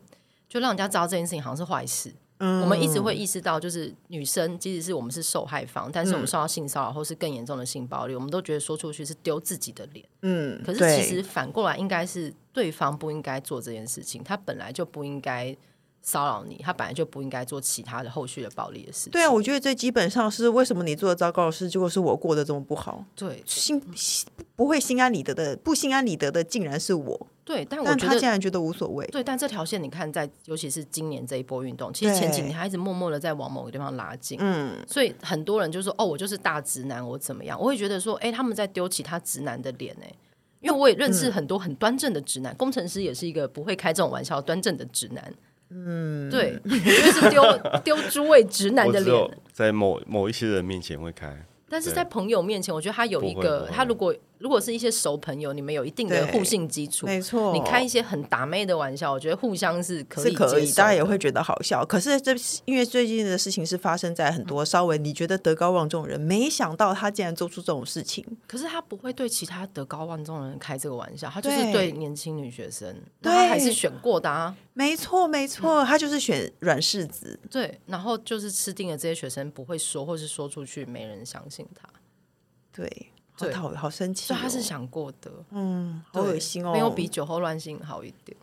[SPEAKER 2] 就让人家知道这件事情好像是坏事。我们一直
[SPEAKER 1] 嗯
[SPEAKER 2] 会意识到，就是女生即使是我们是受害方，但是
[SPEAKER 1] 嗯
[SPEAKER 2] 我们受到性骚扰或是更严重的性暴力，我们都觉得说出去是丢自己的脸。
[SPEAKER 1] 嗯，
[SPEAKER 2] 可是
[SPEAKER 1] 对
[SPEAKER 2] 其实反过来，应该是对方不应该做这件事情，他本来就不应该骚扰你，他本来就不应该做其他的后续的暴力的事情。
[SPEAKER 1] 对啊，我觉得最基本上是为什么你做的糟糕的事，结果是我过得这么不好，
[SPEAKER 2] 对
[SPEAKER 1] 心心不会心安理得的，不心安理得的竟然是我，
[SPEAKER 2] 对，但我
[SPEAKER 1] 但
[SPEAKER 2] 觉
[SPEAKER 1] 他
[SPEAKER 2] 得
[SPEAKER 1] 竟然觉得无所谓。
[SPEAKER 2] 对，但这条线你看在，尤其是今年这一波运动，其实
[SPEAKER 1] 对
[SPEAKER 2] 前几年还一直默默的在往某个地方拉近。嗯，所以很多人就说：“哦，我就是大直男，我怎么样？”我会觉得说：“哎、他们在丢其他直男的脸哎、因为我也认
[SPEAKER 1] 嗯
[SPEAKER 2] 识很多很端正的直男，工程师也是一个不会开这种玩笑端正的直男。嗯，对，我觉得是丢丢诸位直男
[SPEAKER 3] 我
[SPEAKER 2] 的
[SPEAKER 3] 只有
[SPEAKER 2] 脸，
[SPEAKER 3] 在某某一些人面前会开，
[SPEAKER 2] 但是在朋友面前，我觉得他有一
[SPEAKER 3] 不会不
[SPEAKER 2] 个
[SPEAKER 3] 会，
[SPEAKER 2] 他如果如果是一些熟朋友，你们有一定的
[SPEAKER 1] 对
[SPEAKER 2] 互信基础，
[SPEAKER 1] 没错
[SPEAKER 2] 你开一些很打妹的玩笑，我觉得互相是可
[SPEAKER 1] 是
[SPEAKER 2] 以
[SPEAKER 1] 可
[SPEAKER 2] 接
[SPEAKER 1] 以，
[SPEAKER 2] 受
[SPEAKER 1] 大家
[SPEAKER 2] 的
[SPEAKER 1] 也会觉得好笑。可是这因为最近的事情是发生在很
[SPEAKER 2] 嗯
[SPEAKER 1] 多稍微你觉得德高望重的人，没想到他竟然做出这种事情。
[SPEAKER 2] 可是他不会对其他德高望重的人开这个玩笑，他就是
[SPEAKER 1] 对
[SPEAKER 2] 对年轻女学生，
[SPEAKER 1] 对
[SPEAKER 2] 那他还是选过的啊。
[SPEAKER 1] 没错，没错，他就是选软柿子。
[SPEAKER 2] 对，然后就是吃定了这些学生不会说，或是说出去没人相信他，
[SPEAKER 1] 对，好
[SPEAKER 2] 对
[SPEAKER 1] 讨好生气、
[SPEAKER 2] 所
[SPEAKER 1] 哦，
[SPEAKER 2] 以他是想过的。
[SPEAKER 1] 嗯，好
[SPEAKER 2] 对
[SPEAKER 1] 恶心哦。
[SPEAKER 2] 没有比酒后乱性好一点。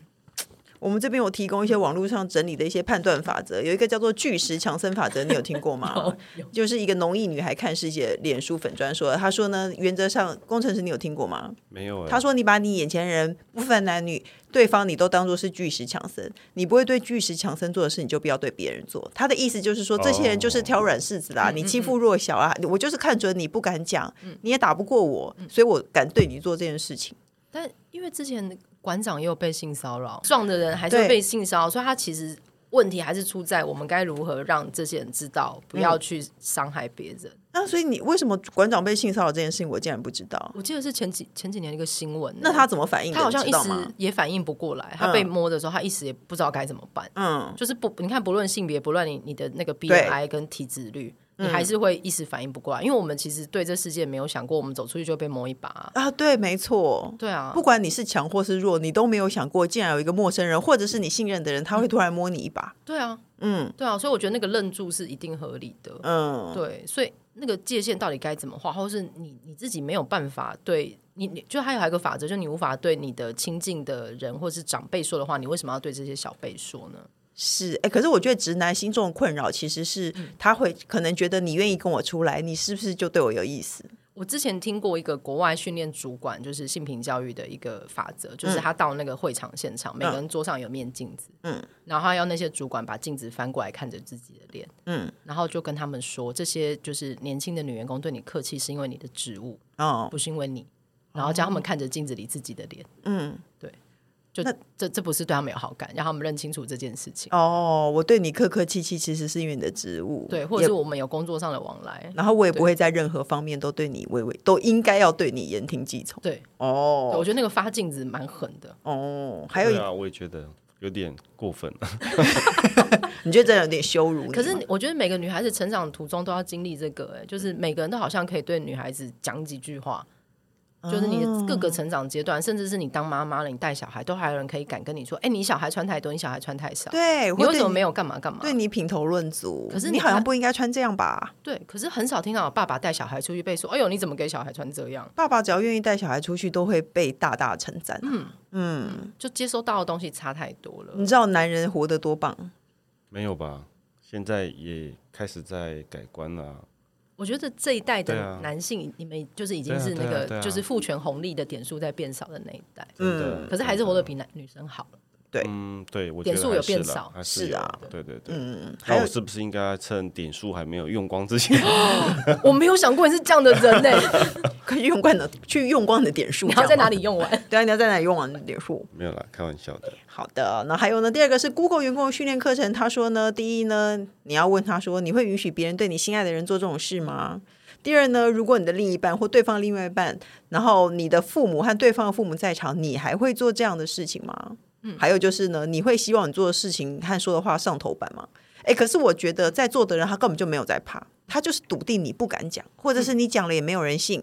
[SPEAKER 1] 我们这边有提供一些网络上整理的一些判断法则，有一个叫做巨石强森法则，你有听过
[SPEAKER 2] [laughs]
[SPEAKER 1] 吗？就是一个农艺女孩看世界脸书粉砖说的，她说呢，原则上工程师你有听过吗？
[SPEAKER 3] 没有、欸。
[SPEAKER 1] 他说：“你把你眼前人不分男女，对方你都当做是巨石强森，你不会对巨石强森做的事，你就不要对别人做。”他的意思就是说，这些人就是挑软柿子啦，
[SPEAKER 2] 哦嗯
[SPEAKER 1] 你欺负弱小啊，我就是看准你不敢讲，你也打不过我，
[SPEAKER 2] 嗯
[SPEAKER 1] 所以我敢对你做这件事情。
[SPEAKER 2] 但因为之前馆长也有被性骚扰，撞的人还是会
[SPEAKER 1] 对
[SPEAKER 2] 被性骚扰，所以他其实问题还是出在我们该如何让这些人知道，不
[SPEAKER 1] 嗯
[SPEAKER 2] 要去伤害别人。
[SPEAKER 1] 那所以你为什么馆长被性骚扰这件事情，我竟然不知道？
[SPEAKER 2] 我记得是前几前几年的一个新闻呢，啊
[SPEAKER 1] 那他怎么反应的？
[SPEAKER 2] 他好像
[SPEAKER 1] 你
[SPEAKER 2] 一
[SPEAKER 1] 知道吗
[SPEAKER 2] 时？也反应不过来，他被摸的时候，他一时也不知道该怎么办。
[SPEAKER 1] 嗯，
[SPEAKER 2] 就是不，你看，不论性别，不论你你的那个 BMI 跟体脂率，
[SPEAKER 1] 嗯
[SPEAKER 2] 你还是会一时反应不过来，因为我们其实对这世界没有想过，我们走出去就被摸一把啊、
[SPEAKER 1] 啊，对，没错。
[SPEAKER 2] 对啊
[SPEAKER 1] 不，管你是强或是弱，你都没有想过，竟然有一个陌生人或者是你信任的人，他会突然摸你一把。
[SPEAKER 2] 对啊，
[SPEAKER 1] 嗯
[SPEAKER 2] 对啊，所以我觉得那个愣住是一定合理的。
[SPEAKER 1] 嗯，
[SPEAKER 2] 对，所以那个界限到底该怎么画，或是你你自己没有办法对你，你就还有一个法则，就你无法对你的亲近的人或是长辈说的话，你为什么要对这些小辈说呢？
[SPEAKER 1] 是，哎，可是我觉得直男心中的困扰其实是
[SPEAKER 2] 嗯
[SPEAKER 1] 他会可能觉得你愿意跟我出来，你是不是就对我有意思？
[SPEAKER 2] 我之前听过一个国外训练主管，就是性平教育的一个法则，
[SPEAKER 1] 嗯
[SPEAKER 2] 就是他到那个会场现场，每个人桌上有面镜子，嗯，然后他要那些主管把镜子翻过来看着自己的脸，嗯，然后就跟他们说，这些就是年轻的女员工对你客气是因为你的职务，
[SPEAKER 1] 哦，
[SPEAKER 2] 不是因为你，然后叫他们看着镜子里自己的脸，
[SPEAKER 1] 嗯，
[SPEAKER 2] 对，就这这不是对他们有好感，让他们认清楚这件事情，
[SPEAKER 1] 哦，我对你客客气气，其实是因为你的职务，
[SPEAKER 2] 对，或者
[SPEAKER 1] 也
[SPEAKER 2] 是我们有工作上的往来，
[SPEAKER 1] 然后我也不会在任何方面都对你微微，都应该要对你言听计从。
[SPEAKER 2] 对，对我
[SPEAKER 1] 哦
[SPEAKER 2] 觉得那个发镜子蛮狠的，
[SPEAKER 1] 哦，还有
[SPEAKER 3] 对
[SPEAKER 1] 一，
[SPEAKER 3] 啊，我也觉得有点过分 [laughs] 了。
[SPEAKER 1] 你觉得这有点羞辱你吗？嗯
[SPEAKER 2] 可是我觉得每个女孩子成欸长途中都要经历这个、哎，就是每个人都好像可以对女孩子讲几句话，
[SPEAKER 1] 哦
[SPEAKER 2] 就是你的各个成长阶段，甚至是你当妈妈了，你带小孩，都还有人可以敢跟你说：“哎、你小孩穿太多，你小孩穿太少，
[SPEAKER 1] 对，
[SPEAKER 2] 你
[SPEAKER 1] 会
[SPEAKER 2] 为什么
[SPEAKER 1] 对
[SPEAKER 2] 没有干嘛干嘛？”
[SPEAKER 1] 对你品头论足？
[SPEAKER 2] 可是
[SPEAKER 1] 你
[SPEAKER 2] 你
[SPEAKER 1] 好像
[SPEAKER 2] 看
[SPEAKER 1] 不应该穿这样吧？
[SPEAKER 2] 对可是很少听到爸爸带小孩出去被说：“哎呦，你怎么给小孩穿这样
[SPEAKER 1] 爸爸只要愿意带小孩出去，都会被大大称赞。嗯嗯，？”
[SPEAKER 2] 就接收到的东西差太多了。
[SPEAKER 1] 你知道男人活得多棒？
[SPEAKER 3] 没有吧？现在也开始在改观了啊、
[SPEAKER 2] 我觉得这一代
[SPEAKER 3] 对
[SPEAKER 2] 的
[SPEAKER 3] 啊
[SPEAKER 2] 男性，你们就是已经
[SPEAKER 3] 对啊
[SPEAKER 2] 是那
[SPEAKER 3] 对啊
[SPEAKER 2] 个、
[SPEAKER 3] 对啊
[SPEAKER 2] 就是父权红利的点数在变少的那一代，
[SPEAKER 3] 真的
[SPEAKER 1] 嗯
[SPEAKER 2] 可是还是活得比男女生好了。
[SPEAKER 1] 对
[SPEAKER 3] 嗯，对，我
[SPEAKER 2] 点
[SPEAKER 3] 觉得
[SPEAKER 2] 数
[SPEAKER 3] 还
[SPEAKER 2] 有变
[SPEAKER 3] 啦
[SPEAKER 2] 少
[SPEAKER 3] 还
[SPEAKER 1] 是
[SPEAKER 3] 有
[SPEAKER 1] 啊
[SPEAKER 3] 对对对。
[SPEAKER 1] 嗯，还
[SPEAKER 3] 那
[SPEAKER 1] 有
[SPEAKER 3] 我是不是应该趁点数还没有用光之
[SPEAKER 1] [laughs]
[SPEAKER 3] 前，
[SPEAKER 2] 我没有想过你是这样的人呢、欸
[SPEAKER 1] 可以用光的去用光你的点数，
[SPEAKER 2] 你要在哪
[SPEAKER 1] 里？
[SPEAKER 2] 里
[SPEAKER 3] [laughs]
[SPEAKER 2] 用完？
[SPEAKER 1] 对啊，你要在哪里用光你的点数？
[SPEAKER 3] 没有啦，开玩笑的。
[SPEAKER 1] 好的，那还有呢？第二个是 Google 员工的训练课程，他说呢，第一呢，你要问他说，你会允许别人对你心爱的人做这种事吗？第二呢，如果你的另一半或对方另外一半，然后你的父母和对方的父母在场，你还会做这样的事情吗？嗯，还有就是呢，你会希望你做的事情和说的话上头版吗？哎，可是我觉得在座的人他根本就没有在怕，他就是笃定你不敢讲，或
[SPEAKER 2] 嗯
[SPEAKER 1] 者是你讲了也没有人信。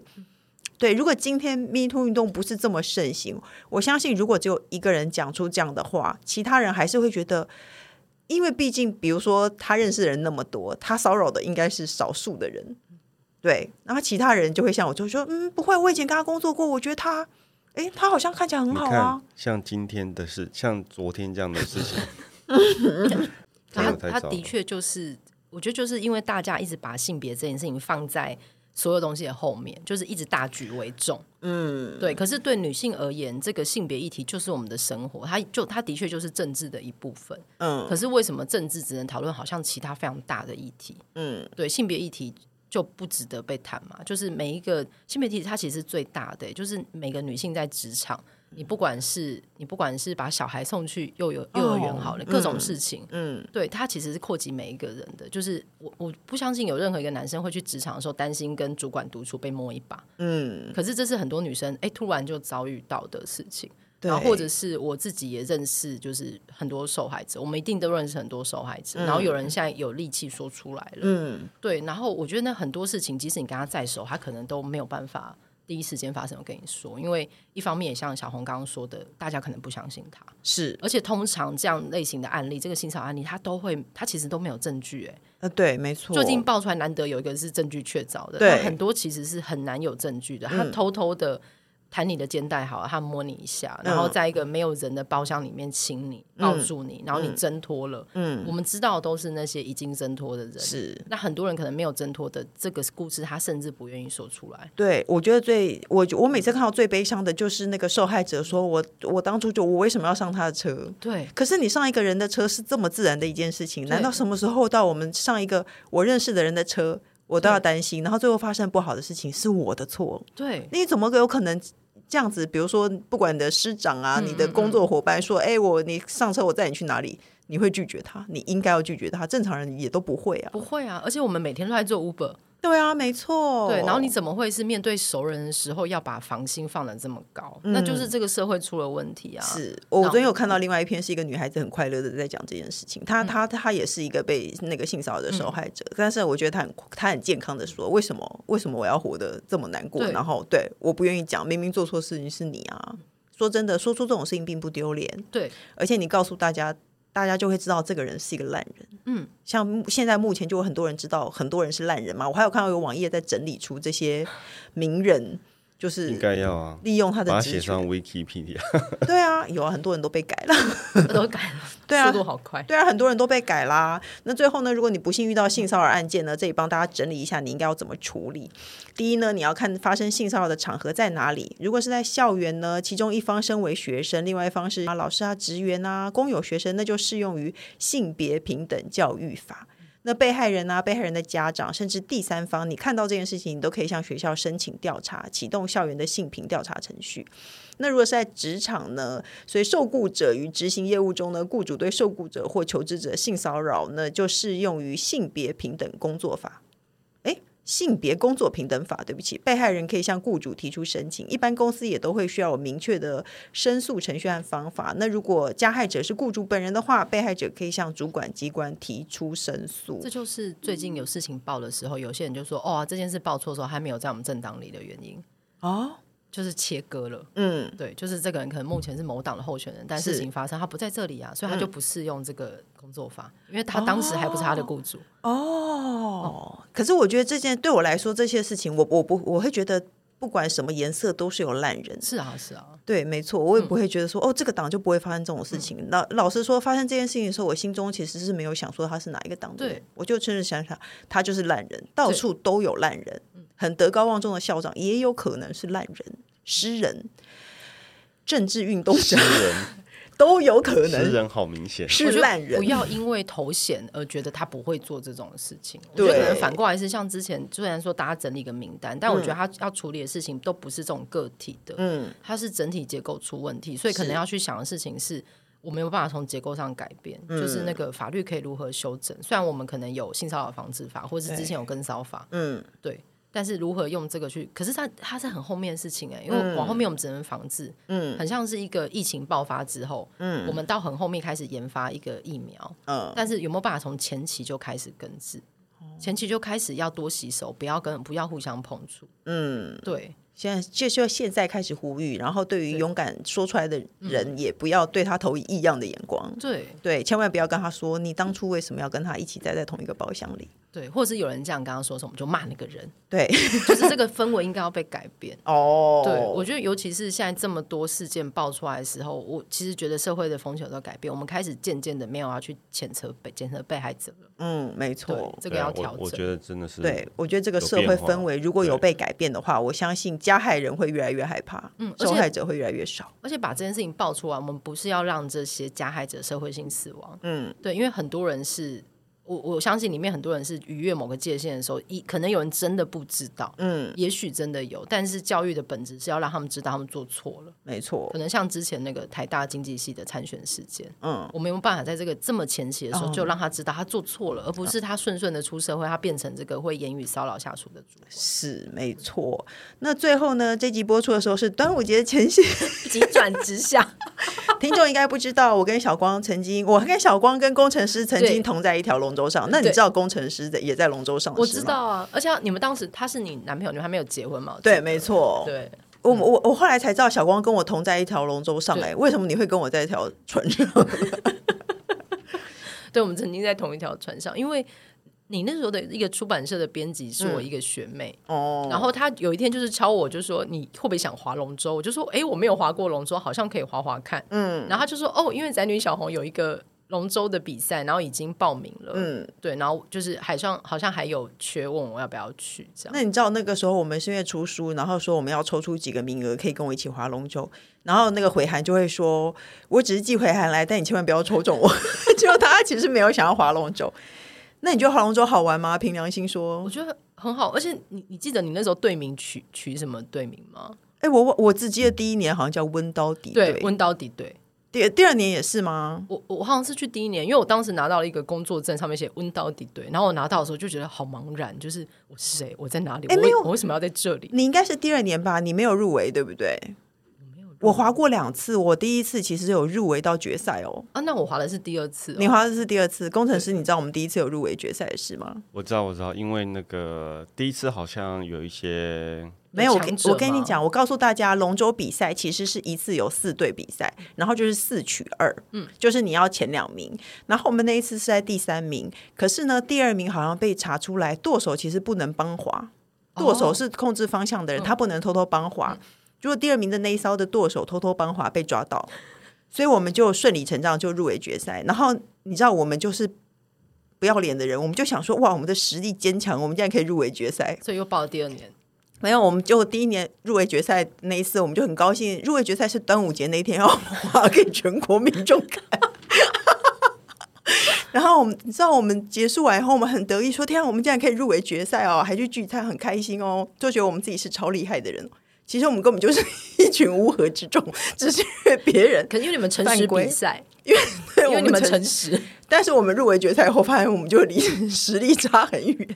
[SPEAKER 1] 对，如果今天 Me Too 运动不是这么盛行，我相信如果只有一个人讲出这样的话，其他人还是会觉得，因为毕竟，比如说他认识的人那么多，他骚扰的应该是少数的人，对，然后其他人就会像我，就会说，嗯，不会，我以前跟他工作过，我觉得他，诶，他好像看起 [laughs] 来很
[SPEAKER 3] 你
[SPEAKER 1] 好啊
[SPEAKER 3] 看，，像今天的事，像昨天这样的事
[SPEAKER 1] [laughs]
[SPEAKER 3] 情，真
[SPEAKER 2] 他
[SPEAKER 3] 的太
[SPEAKER 2] 他
[SPEAKER 3] 糟了
[SPEAKER 2] 的确就是，我觉得就是因为大家一直把性别这件事情放在所有东西的后面，就是一直大局为重。嗯，对。可是对女性而言，这个性别议题就是我们的生活，它就它的确就是政治的一部分。
[SPEAKER 1] 嗯
[SPEAKER 2] 可是为什么政治只能讨论好像其他非常大的议题？
[SPEAKER 1] 嗯，
[SPEAKER 2] 对性别议题就不值得被谈嘛？就是每一个性别议题，它其实是最大的、欸就是每个女性在职场，
[SPEAKER 1] 嗯
[SPEAKER 2] 你不管是你不管是把小孩送去幼儿幼儿园好了，各种事情，
[SPEAKER 1] 哦嗯
[SPEAKER 2] 嗯，对，它其实是扩及每一个人的。就是我我不相信有任何一个男生会去职场的时候担心跟主管独处被摸一把，
[SPEAKER 1] 嗯，
[SPEAKER 2] 可是这是很多女生哎、突然就遭遇到的事情。
[SPEAKER 1] 对，
[SPEAKER 2] 然后或者是我自己也认识，就是很多受害者，我们一定都认识很多受害者。然后有人现在有力气说出来了，
[SPEAKER 1] 嗯，
[SPEAKER 2] 对。然后我觉得那很多事情，即使你跟他在手，他可能都没有办法第一时间发生我跟你说，因为一方面也像小红刚刚说的，大家可能不相信他，
[SPEAKER 1] 是，
[SPEAKER 2] 而且通常这样类型的案例，这个性骚扰案例，他都会，他其实都没有证据、哎，
[SPEAKER 1] 呃，对，没错，
[SPEAKER 2] 最近爆出来，难得有一个是证据确凿的，
[SPEAKER 1] 对嗯
[SPEAKER 2] 那很多其实是很难有证据的。他偷偷的弹你的肩带，好了，他摸你一
[SPEAKER 1] 嗯
[SPEAKER 2] 下，然后在一个没有人的包厢里面亲你、抱住
[SPEAKER 1] 嗯
[SPEAKER 2] 你，然后你挣脱了。嗯，我们知道都是那些已经挣脱的人。
[SPEAKER 1] 是。
[SPEAKER 2] 那很多人可能没有挣脱的这个故事，他甚至不愿意说出来。
[SPEAKER 1] 对，我觉得最我我每次看到最悲伤的就是那个受害者说我我当初就我为什么要上他的车？
[SPEAKER 2] 对，
[SPEAKER 1] 可是你上一个人的车是这么自然的一件事情，难道什么时候到我们上一个我认识的人的车，我都要担心，然后最后发生不好的事情是我的错？
[SPEAKER 2] 对，
[SPEAKER 1] 你怎么有可能这样子？比如说，不管你的师长啊，
[SPEAKER 2] 嗯
[SPEAKER 1] 你的工作伙伴说：“哎、我你上车，我载你去哪里？”你会拒绝他，你应该要拒绝他，正常人也都不会啊。
[SPEAKER 2] 不会啊！而且我们每天都在做 Uber，
[SPEAKER 1] 对啊，没错。
[SPEAKER 2] 对，然后你怎么会是面对熟人的时候要把防心放得这么高？那就是这个社会出了问题啊！
[SPEAKER 1] 嗯是我昨天有看到另外一篇，是一个女孩子很快乐的在讲这件事情。她她她也是一个被那个性骚扰的受害者，但是我觉得她很她很健康的说，为什么为什么我要活得这么难过？
[SPEAKER 2] 对
[SPEAKER 1] 然后对我不愿意讲，明明做错事情是你啊！说真的，说出这种事情并不丢脸，
[SPEAKER 2] 对，
[SPEAKER 1] 而且你告诉大家，大家就会知道这个人是一个烂人。嗯，像目现在目前就有很多人知道，很多人是烂人嘛。我还有看到有网页在整理出这些名人，就
[SPEAKER 3] 应
[SPEAKER 1] 是
[SPEAKER 3] 该要啊，
[SPEAKER 1] 利用他的
[SPEAKER 3] 把它
[SPEAKER 1] 职
[SPEAKER 3] 写上
[SPEAKER 1] 权。
[SPEAKER 3] Wikipedia。
[SPEAKER 1] 对啊，有啊，很多人都被改了。
[SPEAKER 2] [laughs] 都改了，
[SPEAKER 1] [laughs] 对啊
[SPEAKER 2] 速度好快。
[SPEAKER 1] 对啊，很多人都被改啦。那最后呢，如果你不幸遇到性骚扰案件呢，这里帮大家整理一下，你应该要怎么处理。第一呢，你要看发生性骚扰的场合在哪里。如果是在校园呢，其中一方身为学生，另外一方是啊老师啊、职员啊、工友学生，那就适用于性别平等教育法。那被害人啊、被害人的家长，甚至第三方，你看到这件事情，你都可以向学校申请调查，启动校园的性平调查程序。那如果是在职场呢？所以受雇者于执行业务中呢，雇主对受雇者或求职者性骚扰呢，就适用于性别平等工作法。诶，性别工作平等法，对不起，被害人可以向雇主提出申请，一般公司也都会需要有明确的申诉程序和方法。那如果加害者是雇主本人的话，被害者可以向主管机关提出申诉
[SPEAKER 2] 这。就是最近有事情报的时候，有些人就说：“哦，这件事报错的时候还没有在我们政党里的原因。
[SPEAKER 1] 哦，”
[SPEAKER 2] 就是切割了。
[SPEAKER 1] 嗯，
[SPEAKER 2] 对，就是这个人可能目前是某党的候选人，但
[SPEAKER 1] 是
[SPEAKER 2] 事情发生他不在这里啊，所以他就不适用这个工作法，因为他当时还不是他的雇主。
[SPEAKER 1] 哦，可是我觉得这件对我来说这些事情，我我不我会觉得。不管什么颜色都是有烂人，
[SPEAKER 2] 是啊，是啊，
[SPEAKER 1] 对，没错，我也不会觉得说、哦，这个党就不会发生这种
[SPEAKER 2] 嗯
[SPEAKER 1] 事情。老老实说，发生这件事情的时候，我心中其实是没有想说他是哪一个党的人，
[SPEAKER 2] 对
[SPEAKER 1] 我就真的想想，他就是烂人，到处都有烂人，
[SPEAKER 2] 嗯
[SPEAKER 1] 很德高望重的校长也有可能是烂人、诗人、政治运动
[SPEAKER 3] 诗
[SPEAKER 1] 者
[SPEAKER 3] 人，
[SPEAKER 1] 都有可
[SPEAKER 3] 诗
[SPEAKER 1] [laughs] 能
[SPEAKER 3] 人好明显，
[SPEAKER 1] 是
[SPEAKER 2] 我觉得
[SPEAKER 1] 烂人
[SPEAKER 2] 不。要因为头衔而觉得他不会做这种事情。我
[SPEAKER 1] 对
[SPEAKER 2] 觉得可能反过来是像之前，虽然说大家整理个名单，但我觉得他要处理的事情都不是这种个体的，
[SPEAKER 1] 嗯，
[SPEAKER 2] 它是整体结构出问题，所以可能要去想的事情是。我没有办法从结构上改变，
[SPEAKER 1] 嗯
[SPEAKER 2] 就是那个法律可以如何修正。虽然我们可能有性骚扰防治法，或是之前有跟骚法，
[SPEAKER 1] 嗯，
[SPEAKER 2] 对，但是如何用这个去，可是它它是很后面的事情哎、因
[SPEAKER 1] 嗯
[SPEAKER 2] 为往后面我们只能防治，嗯，很像是一个疫情爆发之后，嗯，我们到很后面开始研发一个疫苗，
[SPEAKER 1] 嗯
[SPEAKER 2] 嗯，但是有没有办法从前期就开始根治？前期就开始要多洗手，不要跟不要互相碰触，嗯，对，
[SPEAKER 1] 现在就是要现在开始呼吁，然后对于勇敢说出来的
[SPEAKER 2] 嗯
[SPEAKER 1] 人，也不要对他投以异样的眼光。
[SPEAKER 2] 对，
[SPEAKER 1] 对，千万不要跟他说你当初为什么要跟他一起待在同一个包厢里。
[SPEAKER 2] 对，或者是有人这样刚刚说什么，就骂那个人，
[SPEAKER 1] 对，
[SPEAKER 2] [laughs] 就是这个氛围应该要被改变。
[SPEAKER 1] 哦，
[SPEAKER 2] 对，我觉得尤其是现在这么多事件爆出来的时候，我其实觉得社会的风气有在改变，我们开始渐渐的没有要去谴责被谴责被害者了。
[SPEAKER 1] 嗯，没
[SPEAKER 2] 对，
[SPEAKER 1] 错。
[SPEAKER 2] 这个要
[SPEAKER 3] 对啊
[SPEAKER 2] 调
[SPEAKER 3] 我我
[SPEAKER 2] 整。
[SPEAKER 3] 觉得真的是
[SPEAKER 1] 对，我觉得这个
[SPEAKER 3] 有
[SPEAKER 1] 社
[SPEAKER 3] 变
[SPEAKER 1] 会
[SPEAKER 3] 化
[SPEAKER 1] 氛围如果有
[SPEAKER 3] 对
[SPEAKER 1] 被改变的话，我相信加害人会越来越害怕，嗯
[SPEAKER 2] 而且
[SPEAKER 1] 受害者会越来越少。
[SPEAKER 2] 而且把这件事情爆出来，我们不是要让这些加害者社会性死亡。
[SPEAKER 1] 嗯，
[SPEAKER 2] 对，因为很多人是。我我相信里面很多人是逾越某个界限的时候，一可能有人真的不知道，
[SPEAKER 1] 嗯，
[SPEAKER 2] 也许真的有，但是教育的本质是要让他们知道他们做错了。
[SPEAKER 1] 没错
[SPEAKER 2] 可，能像之前那个台大经济系的参选事件，
[SPEAKER 1] 嗯，
[SPEAKER 2] 我没有办法在这个这么前期的时候
[SPEAKER 1] 哦
[SPEAKER 2] 就让他知道他做错了，而不是他顺顺的出社会，他变成这个会言语骚扰下属的主管。
[SPEAKER 1] 是没错。那最后呢，这集播出的时候是端午节前夕， [laughs]
[SPEAKER 2] 急转直下，
[SPEAKER 1] 听众应该不知道，我跟小光曾经，我跟小光跟工程师曾
[SPEAKER 2] 对
[SPEAKER 1] 经同在一条龙舟上。那你
[SPEAKER 2] 对
[SPEAKER 1] 知道工程师的也在龙舟上，
[SPEAKER 2] [laughs] 我知。道啊，而且你们当时他是你男朋友，你们还没有结婚嘛？我记得
[SPEAKER 1] 对，没。错。
[SPEAKER 2] 对，嗯
[SPEAKER 1] 我我我后来才知道，小光跟我同在一条龙舟上、
[SPEAKER 2] 对
[SPEAKER 1] 哎，为什么你会跟我在一条船上？ [laughs]
[SPEAKER 2] 对，我们曾经在同一条船上，因为你那时候的一个出版社的编辑是我一个学妹，
[SPEAKER 1] 哦，
[SPEAKER 2] 然后她有一天就是敲我，就说你会不会想划龙舟？我就说，哎、我没有划过龙舟，好像可以划划看。嗯，然后她就说，哦，因为宅女小红有一个龙舟的比赛，然后已经报名了。
[SPEAKER 1] 嗯
[SPEAKER 2] 嗯，对，然后就是海上好像还有缺，问我要不要去这样。
[SPEAKER 1] 那你知道那个时候我们是因为出书，然后说我们要抽出几个名额可以跟我一起划龙舟，然后那个回函就会说，我只是寄回函来，但你千万不要抽中我。 [laughs] 结果他其实没有想要划龙舟。那你觉得划龙舟好玩吗？凭良心说
[SPEAKER 2] 我，觉得很好，而且你你记得你那时候队名取取什么队名吗？
[SPEAKER 1] 哎、我我我只记得第一年好像叫温刀底
[SPEAKER 2] 对，
[SPEAKER 1] 队，
[SPEAKER 2] 温刀底队。
[SPEAKER 1] 第第二年也是吗？
[SPEAKER 2] 我我好像是去第一年，因为我当时拿到了一个工作证，上面写温刀底队，然后我拿到的时候就觉得好茫然，就是我是谁，我在哪里，
[SPEAKER 1] 哎
[SPEAKER 2] 我
[SPEAKER 1] 没
[SPEAKER 2] 为
[SPEAKER 1] 有
[SPEAKER 2] 我为什么要在这里？
[SPEAKER 1] 你应该是第二年吧？你没有入围，对不对？我划过两次，我第一次其实有入围到决赛哦。
[SPEAKER 2] 啊，那我划的是第二次、哦，
[SPEAKER 1] 你划的是第二次，工程师，你知道我们第一次有入围决赛的事吗？
[SPEAKER 3] 我知道我知道，因为那个第一次好像有一些
[SPEAKER 1] 没有，我
[SPEAKER 2] 强
[SPEAKER 1] 跟
[SPEAKER 2] 者
[SPEAKER 1] 我跟你
[SPEAKER 2] 吗
[SPEAKER 1] 讲，我告诉大家，龙舟比赛其实是一次有四队比赛，然后就是四取二，嗯，就是你要前两名。然后我们那一次是在第三名，可是呢，第二名好像被查出来，舵手其实不能帮滑，
[SPEAKER 2] 哦
[SPEAKER 1] 舵手是控制方向的
[SPEAKER 2] 嗯
[SPEAKER 1] 人，他不能偷偷帮滑。结果第二名的那一艘的舵手偷偷帮滑被抓到，所以我们就顺理成章就入围决赛。然后你知道，我们就是。不要脸的人，我们就想说，哇，我们的实力坚强，我们竟然可以入围决赛，
[SPEAKER 2] 所以又报了第二年。
[SPEAKER 1] 没哎有，我们就第一年入围决赛那一次，我们就很高兴。入围决赛是端午节那一天要哦划给全国民众看。 [laughs] 然后我们，你知道，我们结束完以后，我们很得意说：“天啊，我们竟然可以入围决赛哦，还去聚餐，很开心哦，就觉得我们自己是超厉害的人。”其实我们根本就是一群乌合之众，只是因为别人
[SPEAKER 2] 可是因为你们诚
[SPEAKER 1] 犯
[SPEAKER 2] 实
[SPEAKER 1] 规
[SPEAKER 2] 比赛，
[SPEAKER 1] 对
[SPEAKER 2] 因为
[SPEAKER 1] 我
[SPEAKER 2] 你们
[SPEAKER 1] 成
[SPEAKER 2] 诚实，
[SPEAKER 1] 但 [laughs] 是我们入围决赛后，发现我们就离实力差很远，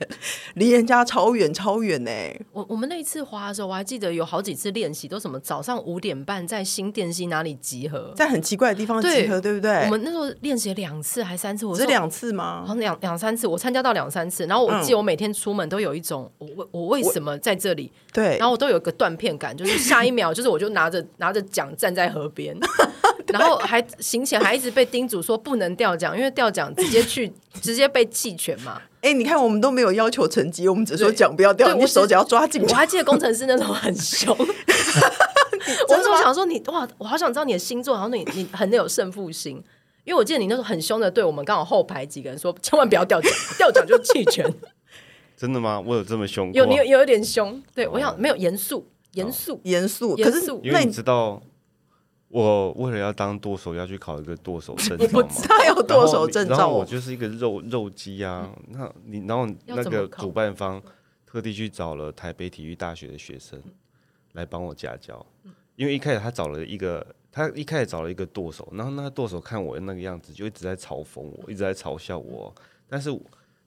[SPEAKER 1] 离人家超远超远呢、
[SPEAKER 2] 我我们那一次滑的时候，我还记得有好几次练习都什么早上五点半在新店溪哪里集合，
[SPEAKER 1] 在很奇怪的地方集合，对不对？
[SPEAKER 2] 我们那时候练习了两次还三次，我
[SPEAKER 1] 只是
[SPEAKER 2] 说
[SPEAKER 1] 两次嗯
[SPEAKER 2] 哦好
[SPEAKER 1] 吗？
[SPEAKER 2] 像两两三次，我参加到两三次，然后我记得我每天出门都有一种我为我为什么在这里，
[SPEAKER 1] 对
[SPEAKER 2] 然，后我都有一个断片感，就是下一秒就是我就拿着拿着桨站在河边， [laughs] 然后还行前还一直被叮嘱说不能掉桨，因为掉桨直接去直接被弃权嘛。
[SPEAKER 1] 哎，你看我们都没有要求成绩，我们只说讲不要掉，
[SPEAKER 2] 对
[SPEAKER 1] 你
[SPEAKER 2] 我只
[SPEAKER 1] 手只要抓紧
[SPEAKER 2] 我
[SPEAKER 1] 就。
[SPEAKER 2] 还记得工程师那时候很凶， [laughs] 我那时候想说你哇，我好想知道你的星座，然后你你很有胜负心。因为我记得你那时候很凶的对我们刚好后排几个人说，千万不要掉桨，掉桨就弃权。
[SPEAKER 3] 真的吗？我有这么凶过？
[SPEAKER 2] 有你有有一点凶，对我想没有严肃，严肃，
[SPEAKER 1] 严肃，
[SPEAKER 2] 严
[SPEAKER 1] 可是
[SPEAKER 2] 肃
[SPEAKER 3] 因
[SPEAKER 1] 那
[SPEAKER 3] 为你
[SPEAKER 1] 你
[SPEAKER 3] 知道，我为了要当剁手，要去考一个
[SPEAKER 1] [laughs]
[SPEAKER 3] 剁手证照嘛。
[SPEAKER 1] 他有
[SPEAKER 3] 然后
[SPEAKER 1] 剁手嗯证
[SPEAKER 3] 然
[SPEAKER 1] 照
[SPEAKER 3] 后我
[SPEAKER 1] 哦，
[SPEAKER 3] 就是一个肉肉鸡啊。那你然后
[SPEAKER 2] 要
[SPEAKER 3] 那
[SPEAKER 2] 怎
[SPEAKER 3] 个
[SPEAKER 2] 么考
[SPEAKER 3] 主办方特地去找了台北体育大学的学生
[SPEAKER 2] 嗯
[SPEAKER 3] 来帮我家教，因为一开始他找了一个，他一开始找了一个剁手，然后那个剁手看我那个样子，就一直在嘲讽我，一直在嘲笑我，但是我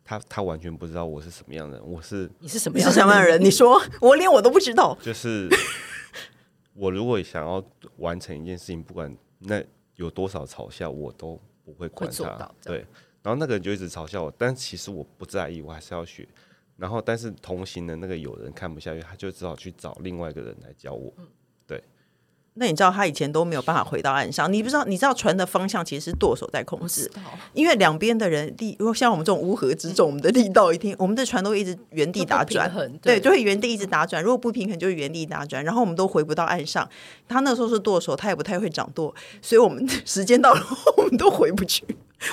[SPEAKER 3] 他他完全不知道我是什么样的人，我是
[SPEAKER 2] 你是什么
[SPEAKER 1] 你
[SPEAKER 2] 样
[SPEAKER 1] 是
[SPEAKER 2] 的
[SPEAKER 1] 什么样的
[SPEAKER 2] [laughs]
[SPEAKER 1] 人？你说我连我都不知道，
[SPEAKER 3] 就是我如果想要完成一件事情，不管那有多少嘲笑，我都不会管
[SPEAKER 2] 会做
[SPEAKER 3] 他
[SPEAKER 2] 到。这
[SPEAKER 3] 对，然后那个人就一直嘲笑我，但其实我不在意，我还是要学。然后，但是同行的那个有人看不下去，他就只好去找另外一个人来教我。
[SPEAKER 2] 嗯
[SPEAKER 1] 那你知道他以前都没有办法回到岸上，你不知道，你知道船的方向其实是舵手在控
[SPEAKER 2] 我知
[SPEAKER 1] 制，
[SPEAKER 2] 道，
[SPEAKER 1] 因为两边的人力，如果像我们这种乌合之众，我们的力道一定，我们的船都会一直原地打转
[SPEAKER 2] 就不平衡，
[SPEAKER 1] 对，
[SPEAKER 2] 对
[SPEAKER 1] 就会原地一直打转。如果不平衡，就会原地打转，然后我们都回不到岸上。他那时候是舵手，他也不太会掌舵，所以我们时间到了，我们都回不去，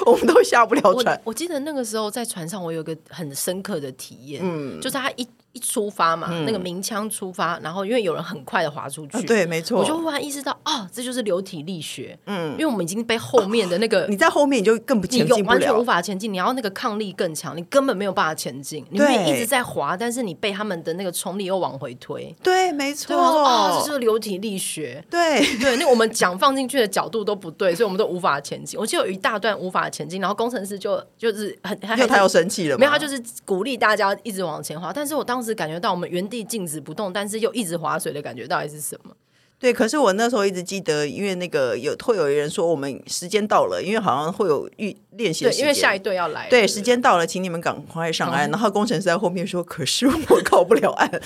[SPEAKER 1] 我们都下不了
[SPEAKER 2] 我
[SPEAKER 1] 船。
[SPEAKER 2] 我记得那个时候在船上，我有一个很深刻的体验，
[SPEAKER 1] 嗯
[SPEAKER 2] 就是他一一出发嘛，那个鸣枪出发，然后因为有人很快的滑出去，
[SPEAKER 1] 啊对，没错
[SPEAKER 2] 我。就忽然意识到，哦，这就是流体力学，嗯，因为我们已经被后面的那个。
[SPEAKER 1] 哦你在后面你就更不
[SPEAKER 2] 你
[SPEAKER 1] 前进不
[SPEAKER 2] 完全无
[SPEAKER 1] 了，
[SPEAKER 2] 法前进，你要那个抗力更强，你根本没有办法前进。你会
[SPEAKER 1] 对
[SPEAKER 2] 一直在滑，但是你被他们的那个冲力又往回推。
[SPEAKER 1] 对，没
[SPEAKER 2] 对，我说哦，这就
[SPEAKER 1] 错，
[SPEAKER 2] 是流体力学。
[SPEAKER 1] 对，
[SPEAKER 2] 对，那我们讲放进去的角度都不对，所以我们都无法前进。我记得有一大段无法前进，然后工程师就就是很他
[SPEAKER 1] 就
[SPEAKER 2] 还
[SPEAKER 1] 他要生气了吗，
[SPEAKER 2] 没有，他就是鼓励大家一直往前滑。但是我当时感觉到我们原地静止不动，但是又一直划水的感觉到底是什么？
[SPEAKER 1] 对，可是我那时候一直记得，因为那个有会有人说我们时间到了，因为好像会有预练习
[SPEAKER 2] 对
[SPEAKER 1] 的，时
[SPEAKER 2] 因
[SPEAKER 1] 间，
[SPEAKER 2] 为下一队要来了，
[SPEAKER 1] 对时间到了，请你们赶快
[SPEAKER 2] 哦
[SPEAKER 1] 上岸。然后工程师在后面说：“可是我靠不了岸。” [laughs]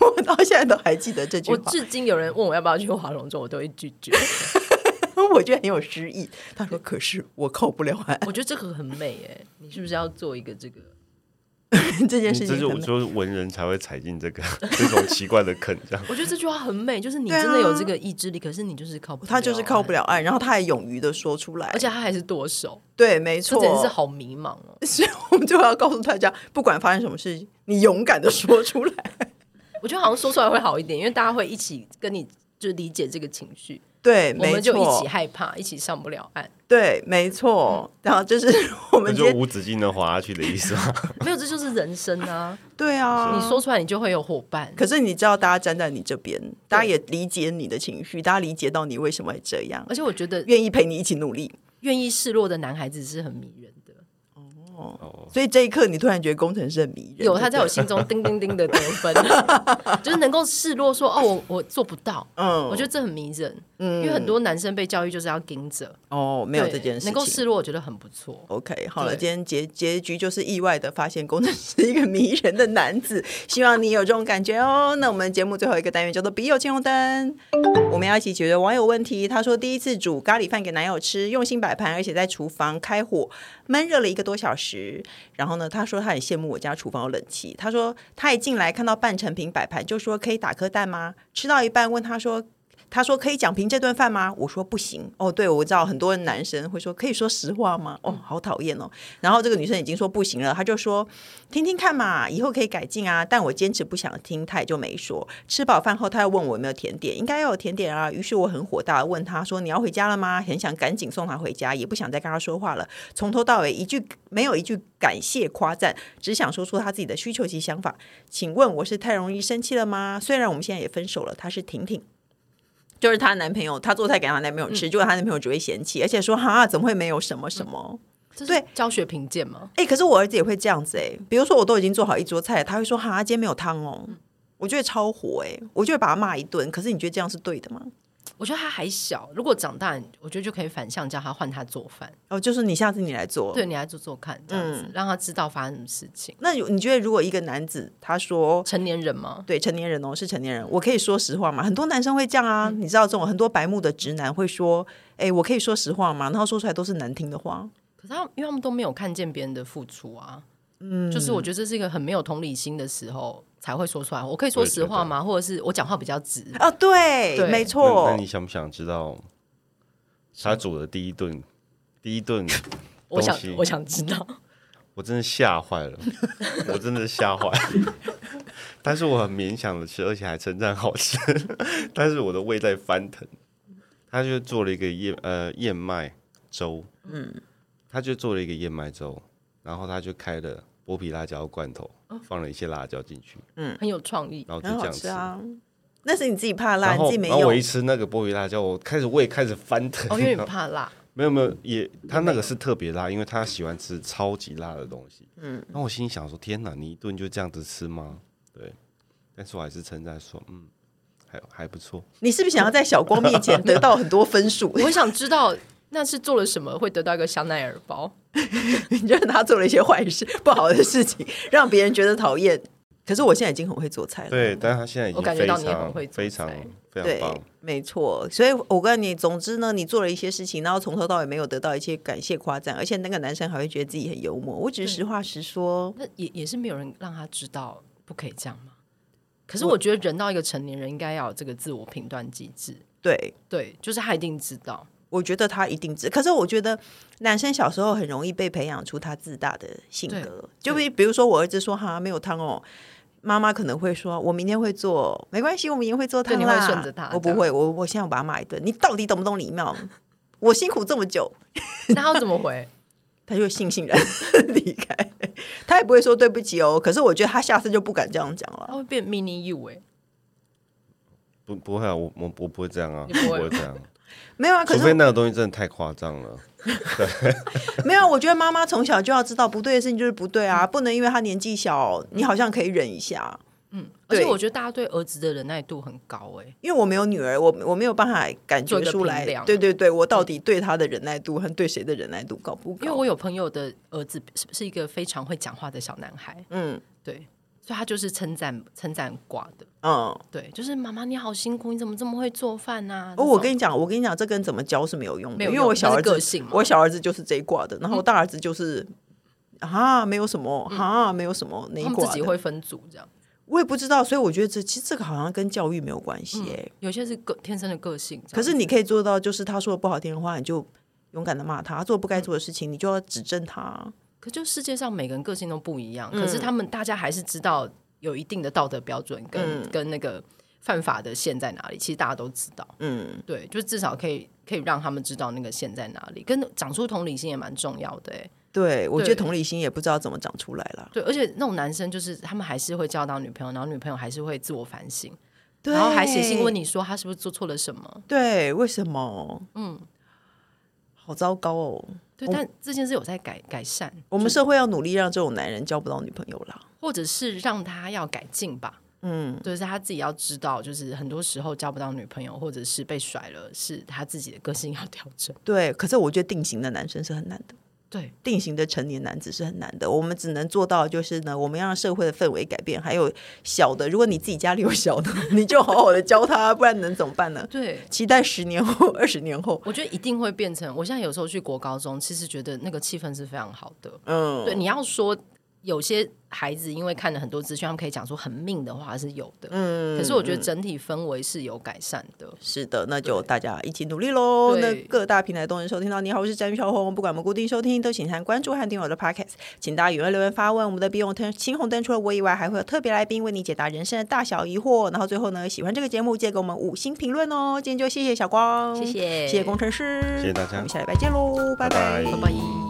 [SPEAKER 1] 我到现在都还记得这句
[SPEAKER 2] 我
[SPEAKER 1] 话，
[SPEAKER 2] 至今有人问我要不要去划龙舟，我都会拒绝。
[SPEAKER 1] [laughs]
[SPEAKER 2] [laughs]
[SPEAKER 1] 我觉得很有诗意。他说：“可是我靠不了岸 [laughs]
[SPEAKER 2] 我觉得这个很美诶、你是不是要做一个这个？”
[SPEAKER 1] 这件
[SPEAKER 3] 嗯
[SPEAKER 1] 事情
[SPEAKER 3] 这是
[SPEAKER 1] 很
[SPEAKER 3] 我
[SPEAKER 1] 美
[SPEAKER 3] 说文人才会踩进这个这种奇怪的坑，
[SPEAKER 2] [laughs]
[SPEAKER 3] 这样。
[SPEAKER 2] 我觉得这句话很美，就是你
[SPEAKER 1] 对啊
[SPEAKER 2] 真的有这个意志力，可是你就是靠不，啊
[SPEAKER 1] 他就是靠不，了岸，然后他还勇于的说出来，
[SPEAKER 2] 而且他还是剁手，
[SPEAKER 1] 对，没
[SPEAKER 2] 这
[SPEAKER 1] 错，
[SPEAKER 2] 真的是好迷茫哦。
[SPEAKER 1] 所以我 [laughs] 们就要告诉大家，不管发生什么事情，你勇敢的说出来。 [laughs]
[SPEAKER 2] 我觉得好像说出来会好一点，因为大家会一起跟你就理解这个情绪，
[SPEAKER 1] 对，
[SPEAKER 2] 我
[SPEAKER 1] 没
[SPEAKER 2] 们就一
[SPEAKER 1] 错
[SPEAKER 2] 起害怕，一起上不了岸。
[SPEAKER 1] 对，没错。
[SPEAKER 2] 嗯
[SPEAKER 1] 然后就是 [laughs] 我
[SPEAKER 3] 那
[SPEAKER 1] 们今
[SPEAKER 3] 就
[SPEAKER 1] 天
[SPEAKER 3] 无止境的滑下去的意思吗？
[SPEAKER 2] 没有，这就是人生
[SPEAKER 1] [laughs]
[SPEAKER 2] 啊！
[SPEAKER 1] 对啊，
[SPEAKER 2] 你说出来，你就会有伙伴。
[SPEAKER 1] 可是你知道，大家站在你这边，大家也理解你的情绪，大家理解到你为什么会这样，
[SPEAKER 2] 而且我觉得
[SPEAKER 1] 愿意陪你一起努力。
[SPEAKER 2] 愿意示弱的男孩子是很迷人
[SPEAKER 1] [laughs]
[SPEAKER 2] 的，
[SPEAKER 1] 所以这一刻，你突然觉得工程师很迷人。
[SPEAKER 2] 有他
[SPEAKER 1] 对
[SPEAKER 2] 在我心中叮叮叮的得
[SPEAKER 1] [laughs]
[SPEAKER 2] 分，就是能够示弱说哦，我我做不到，
[SPEAKER 1] 嗯
[SPEAKER 2] 我觉得这很迷人，因为很多男生被教育就是要盯着，
[SPEAKER 1] 不对哦，没有
[SPEAKER 2] 对
[SPEAKER 1] 这件事情。哦
[SPEAKER 2] 能够示弱，我觉得很不错。
[SPEAKER 1] OK，好了，
[SPEAKER 2] 对
[SPEAKER 1] 今天结结局就是意外的发现工程师一个迷人的男子， [laughs] 希望你有这种感觉哦。那我们节目最后一个单元叫做“笔友青红灯”，我们要一起解决网友问题。他说第一次煮咖喱饭给男友吃，用心摆盘，而且在厨房开火闷热了一个多小时。然后呢，他说他很羡慕我家厨房有冷气。他说他一进来看到半成品摆盘，就说可以打颗蛋吗？吃到一半问他说他说可以讲评这顿饭吗？我说不行。哦，对，我知道很多男生会说可以说实话吗？哦，好讨厌哦。然后这个女生已经说不行了，她就说听听看嘛，以后可以改进啊。但我坚持不想听，她也就没说。吃饱饭后，她又问我有没有甜点，应该要有甜点啊。于是我很火大，问她说你要回家了吗？很想赶紧送她回家，也不想再跟她说话了。从头到尾一句没有一句感谢夸赞，只想说出她自己的需求及想法。请问我是太容易生气了吗？虽然我们现在也分手了，她是婷婷。就是她男朋友，她做菜给她男朋友
[SPEAKER 2] 嗯
[SPEAKER 1] 吃，结果她男朋友只会嫌弃，而且说哈怎么会没有什么什么。
[SPEAKER 2] 这
[SPEAKER 1] 对
[SPEAKER 2] 是教学评鉴吗？
[SPEAKER 1] 哎、可是我儿子也会这样子哎、比如说我都已经做好一桌菜，他会说哈，今天没有汤哦，
[SPEAKER 2] 嗯
[SPEAKER 1] 我就会超火哎、我就会把他骂一顿。可是你觉得这样是对的吗？
[SPEAKER 2] 我觉得他还小，如果长大，我觉得就可以反向叫他换他做饭，
[SPEAKER 1] 哦，就是你下次你来做。
[SPEAKER 2] 对，你来做做看，这样子、让他知道发生什么事情。
[SPEAKER 1] 那有你觉得如果一个男子他说
[SPEAKER 2] 成年人吗？
[SPEAKER 1] 对成年人哦是成年人，我可以说实话吗？很多男生会这样啊，
[SPEAKER 2] 嗯
[SPEAKER 1] 你知道这种很多白目的直男会说，哎、我可以说实话吗？然后说出来都是难听的话。
[SPEAKER 2] 可是他们因为他们都没有看见别人的付出啊，嗯，就是我觉得这是一个很没有同理心的时候才会说出来。我可以说实话吗？或者是我讲话比较直？
[SPEAKER 1] 啊，对，
[SPEAKER 2] 对
[SPEAKER 1] 没
[SPEAKER 3] 那
[SPEAKER 1] 错
[SPEAKER 3] 那你，想不想知道他煮的第一顿？第一顿
[SPEAKER 2] 我想
[SPEAKER 3] 东西
[SPEAKER 2] 我想知道，
[SPEAKER 3] 我真的吓坏了， [laughs] 我真的吓坏了。 [laughs] 但是我很勉强的吃，而且还称赞好吃， [laughs] 但是我的胃在翻腾。他就做了一个燕呃燕麦粥，嗯，他就做了一个燕麦粥，然后他就开了剥皮辣椒罐头，放了一些辣椒进去，
[SPEAKER 2] 很有创意。
[SPEAKER 3] 然哦后就
[SPEAKER 1] 哦很
[SPEAKER 3] 这
[SPEAKER 1] 好
[SPEAKER 3] 样
[SPEAKER 1] 吃啊。那是你自己怕辣，
[SPEAKER 3] 然
[SPEAKER 1] 你自
[SPEAKER 3] 后
[SPEAKER 1] 己没
[SPEAKER 3] 然后我一
[SPEAKER 1] 用。
[SPEAKER 3] 吃那个剥皮辣椒，我开始胃开始翻腾，
[SPEAKER 2] 哦，因为你怕 [laughs] 辣，
[SPEAKER 3] 没有没有，也他那个是特别辣，因为他喜欢吃超级辣的东西。嗯，那我心里想说，天哪，你一顿就这样子吃吗？对，但是我还是称赞说，嗯，还还不错。
[SPEAKER 2] 嗯
[SPEAKER 1] 你是不是想要在小光面
[SPEAKER 3] [laughs]
[SPEAKER 1] 前得到很多分数？ [laughs]
[SPEAKER 2] 我想知道那是做了什么会得到一个香奈儿包。
[SPEAKER 1] 你觉得他做了一些坏事、不好的事情，让别人觉得讨厌。可是我现在已经很会做菜了。
[SPEAKER 3] 对，但是他现在已
[SPEAKER 2] 我
[SPEAKER 3] 经
[SPEAKER 2] 感觉
[SPEAKER 3] 非
[SPEAKER 2] 到你也很
[SPEAKER 3] 常
[SPEAKER 2] 会做
[SPEAKER 3] 非常
[SPEAKER 2] 菜
[SPEAKER 3] 非常
[SPEAKER 1] 对
[SPEAKER 3] 棒。
[SPEAKER 1] 没错。所以我告诉你，总之呢，你做了一些事情，然后从头到尾没有得到一些感谢夸赞，而且那个男生还会觉得自己很幽默。我只是实话实说，
[SPEAKER 2] 那也也是没有人让他知道不可以这样吗？可是我觉得人到一个成年人应该要有这个自我评断机制，
[SPEAKER 1] 对。
[SPEAKER 2] 对，就是他一定知道，
[SPEAKER 1] 我觉得他一定知，可是我觉得男生小时候很容易被培养出他自大的性格，就比比如说我儿子说哈没有汤哦，妈妈可能会说我明天会做，没关系，我明天会做汤
[SPEAKER 2] 对
[SPEAKER 1] 啦。
[SPEAKER 2] 你会顺着他
[SPEAKER 1] 我不会，我我现在我把他骂一顿，你到底懂不懂礼貌？我辛苦这么久，
[SPEAKER 2] 那他要怎么回？
[SPEAKER 1] 他就悻悻然 [laughs] 离开，他也不会说对不起哦。可是我觉得他下次就不敢这样讲
[SPEAKER 2] 他
[SPEAKER 1] 了。
[SPEAKER 2] 会变 mini you 哎、
[SPEAKER 3] 不不会啊，我我我不会这样啊，
[SPEAKER 2] 你不
[SPEAKER 3] 我
[SPEAKER 2] 会
[SPEAKER 3] 不会这样，
[SPEAKER 2] [laughs]
[SPEAKER 1] 没有啊，可
[SPEAKER 3] 除
[SPEAKER 1] 是
[SPEAKER 3] 非那个东西真的太夸张了。
[SPEAKER 1] 没有啊，我觉得妈妈从小就要知道不对的事情就是不对啊，不能因为他年纪小，你好像可以忍一下。
[SPEAKER 2] 嗯而且
[SPEAKER 1] 对
[SPEAKER 2] 我觉得大家对儿子的忍耐度很高哎、
[SPEAKER 1] 因为我没有女儿，我我没有办法感觉出
[SPEAKER 2] 做一个
[SPEAKER 1] 来
[SPEAKER 2] 评量，嗯
[SPEAKER 1] 对对对，我到底对她的忍耐度和对谁的忍耐度高不高？
[SPEAKER 2] 因为我有朋友的儿子是是一个非常会讲话的小男孩，
[SPEAKER 1] 嗯
[SPEAKER 2] 对，所以他就是称赞称赞挂的，
[SPEAKER 1] 嗯，
[SPEAKER 2] 对，就是妈妈你好辛苦，你怎么这么会做饭呐、啊？
[SPEAKER 1] 哦，我跟
[SPEAKER 2] 你
[SPEAKER 1] 你讲，我跟你讲，这跟怎么教是没有用的，
[SPEAKER 2] 没有
[SPEAKER 1] 因
[SPEAKER 2] 用
[SPEAKER 1] 为我小儿
[SPEAKER 2] 那
[SPEAKER 1] 子
[SPEAKER 2] 是个性嘛，嗯
[SPEAKER 1] 我小儿子就是这一挂的，然后大儿子就是。啊，没有什么，啊，没有什么那一
[SPEAKER 2] 他们
[SPEAKER 1] 挂
[SPEAKER 2] 自己
[SPEAKER 1] 的，
[SPEAKER 2] 会分组这样，
[SPEAKER 1] 我也不知道，所以我觉得这其实这个好像跟教育没有关
[SPEAKER 2] 嗯
[SPEAKER 1] 系耶、
[SPEAKER 2] 有些是个天生的个性这样，
[SPEAKER 1] 可是你可以做到，就是他说的不好听的话，你就勇敢的骂他；他做不
[SPEAKER 2] 嗯
[SPEAKER 1] 该做的事情，你就要指正他。
[SPEAKER 2] 可就世界上每个人个性都不一样，可是
[SPEAKER 1] 嗯
[SPEAKER 2] 他们大家还是知道有一定的道德标准跟、
[SPEAKER 1] 嗯
[SPEAKER 2] 跟那个犯法的线在哪里，其实大家都知道，
[SPEAKER 1] 嗯，
[SPEAKER 2] 对，就至少可以可以让他们知道那个线在哪里，跟长出同理心也蛮重要的、欸，
[SPEAKER 1] 对，我觉得
[SPEAKER 2] 对
[SPEAKER 1] 同理心也不知道怎么长出来了。
[SPEAKER 2] 对，而且那种男生就是他们还是会交到女朋友，然后女朋友还是会自我反省，
[SPEAKER 1] 对
[SPEAKER 2] 然后还写信问你说他是不是做错了什么，
[SPEAKER 1] 对，为什么？
[SPEAKER 2] 嗯，
[SPEAKER 1] 好糟糕哦！
[SPEAKER 2] 对，
[SPEAKER 1] 我
[SPEAKER 2] 但这件事有在改改善，
[SPEAKER 1] 我们社会要努力让这种男人交不到女朋友啦。
[SPEAKER 2] 或者是让他要改进吧。嗯，就是他自己要知道，就是很多时候交不到女朋友，或者是被甩了，是他自己的个性要调整。
[SPEAKER 1] 对，可是我觉得定型的男生是很难的，
[SPEAKER 2] 对，
[SPEAKER 1] 定型的成年男子是很难的。我们只能做到就是呢，我们要让社会的氛围改变，还有小的，如果你自己家里有小的， [laughs] 你就好好的教他，不然能怎么办呢？
[SPEAKER 2] 对，
[SPEAKER 1] 期待十年后、二十年后，
[SPEAKER 2] 我觉得一定会变成。我现在有时候去国高中，其实觉得那个气氛是非常好的。
[SPEAKER 1] 嗯，
[SPEAKER 2] 对，你要说有些孩子因为看了很多资讯，他们可以讲出很命的话是有的。嗯，可是我觉得整体氛围是有改善的。
[SPEAKER 1] 是的，那就大家一起努力喽。
[SPEAKER 2] 对
[SPEAKER 1] 那各大平台都能收听到。你好，我是詹小红。不管我们固定收听，都请按关注和订阅我的 Podcast。请大家踊跃留言发问。我们的 B 用灯青红灯除了我以外，还会有特别来宾为你解答人生的大小疑惑。然后最后呢，喜欢这个节目，记得给我们五星评论哦。今天就谢谢小光，
[SPEAKER 2] 谢谢
[SPEAKER 1] 谢谢工程师，
[SPEAKER 3] 谢谢大家
[SPEAKER 1] 我们下礼拜见喽，
[SPEAKER 3] 拜拜
[SPEAKER 2] 拜拜。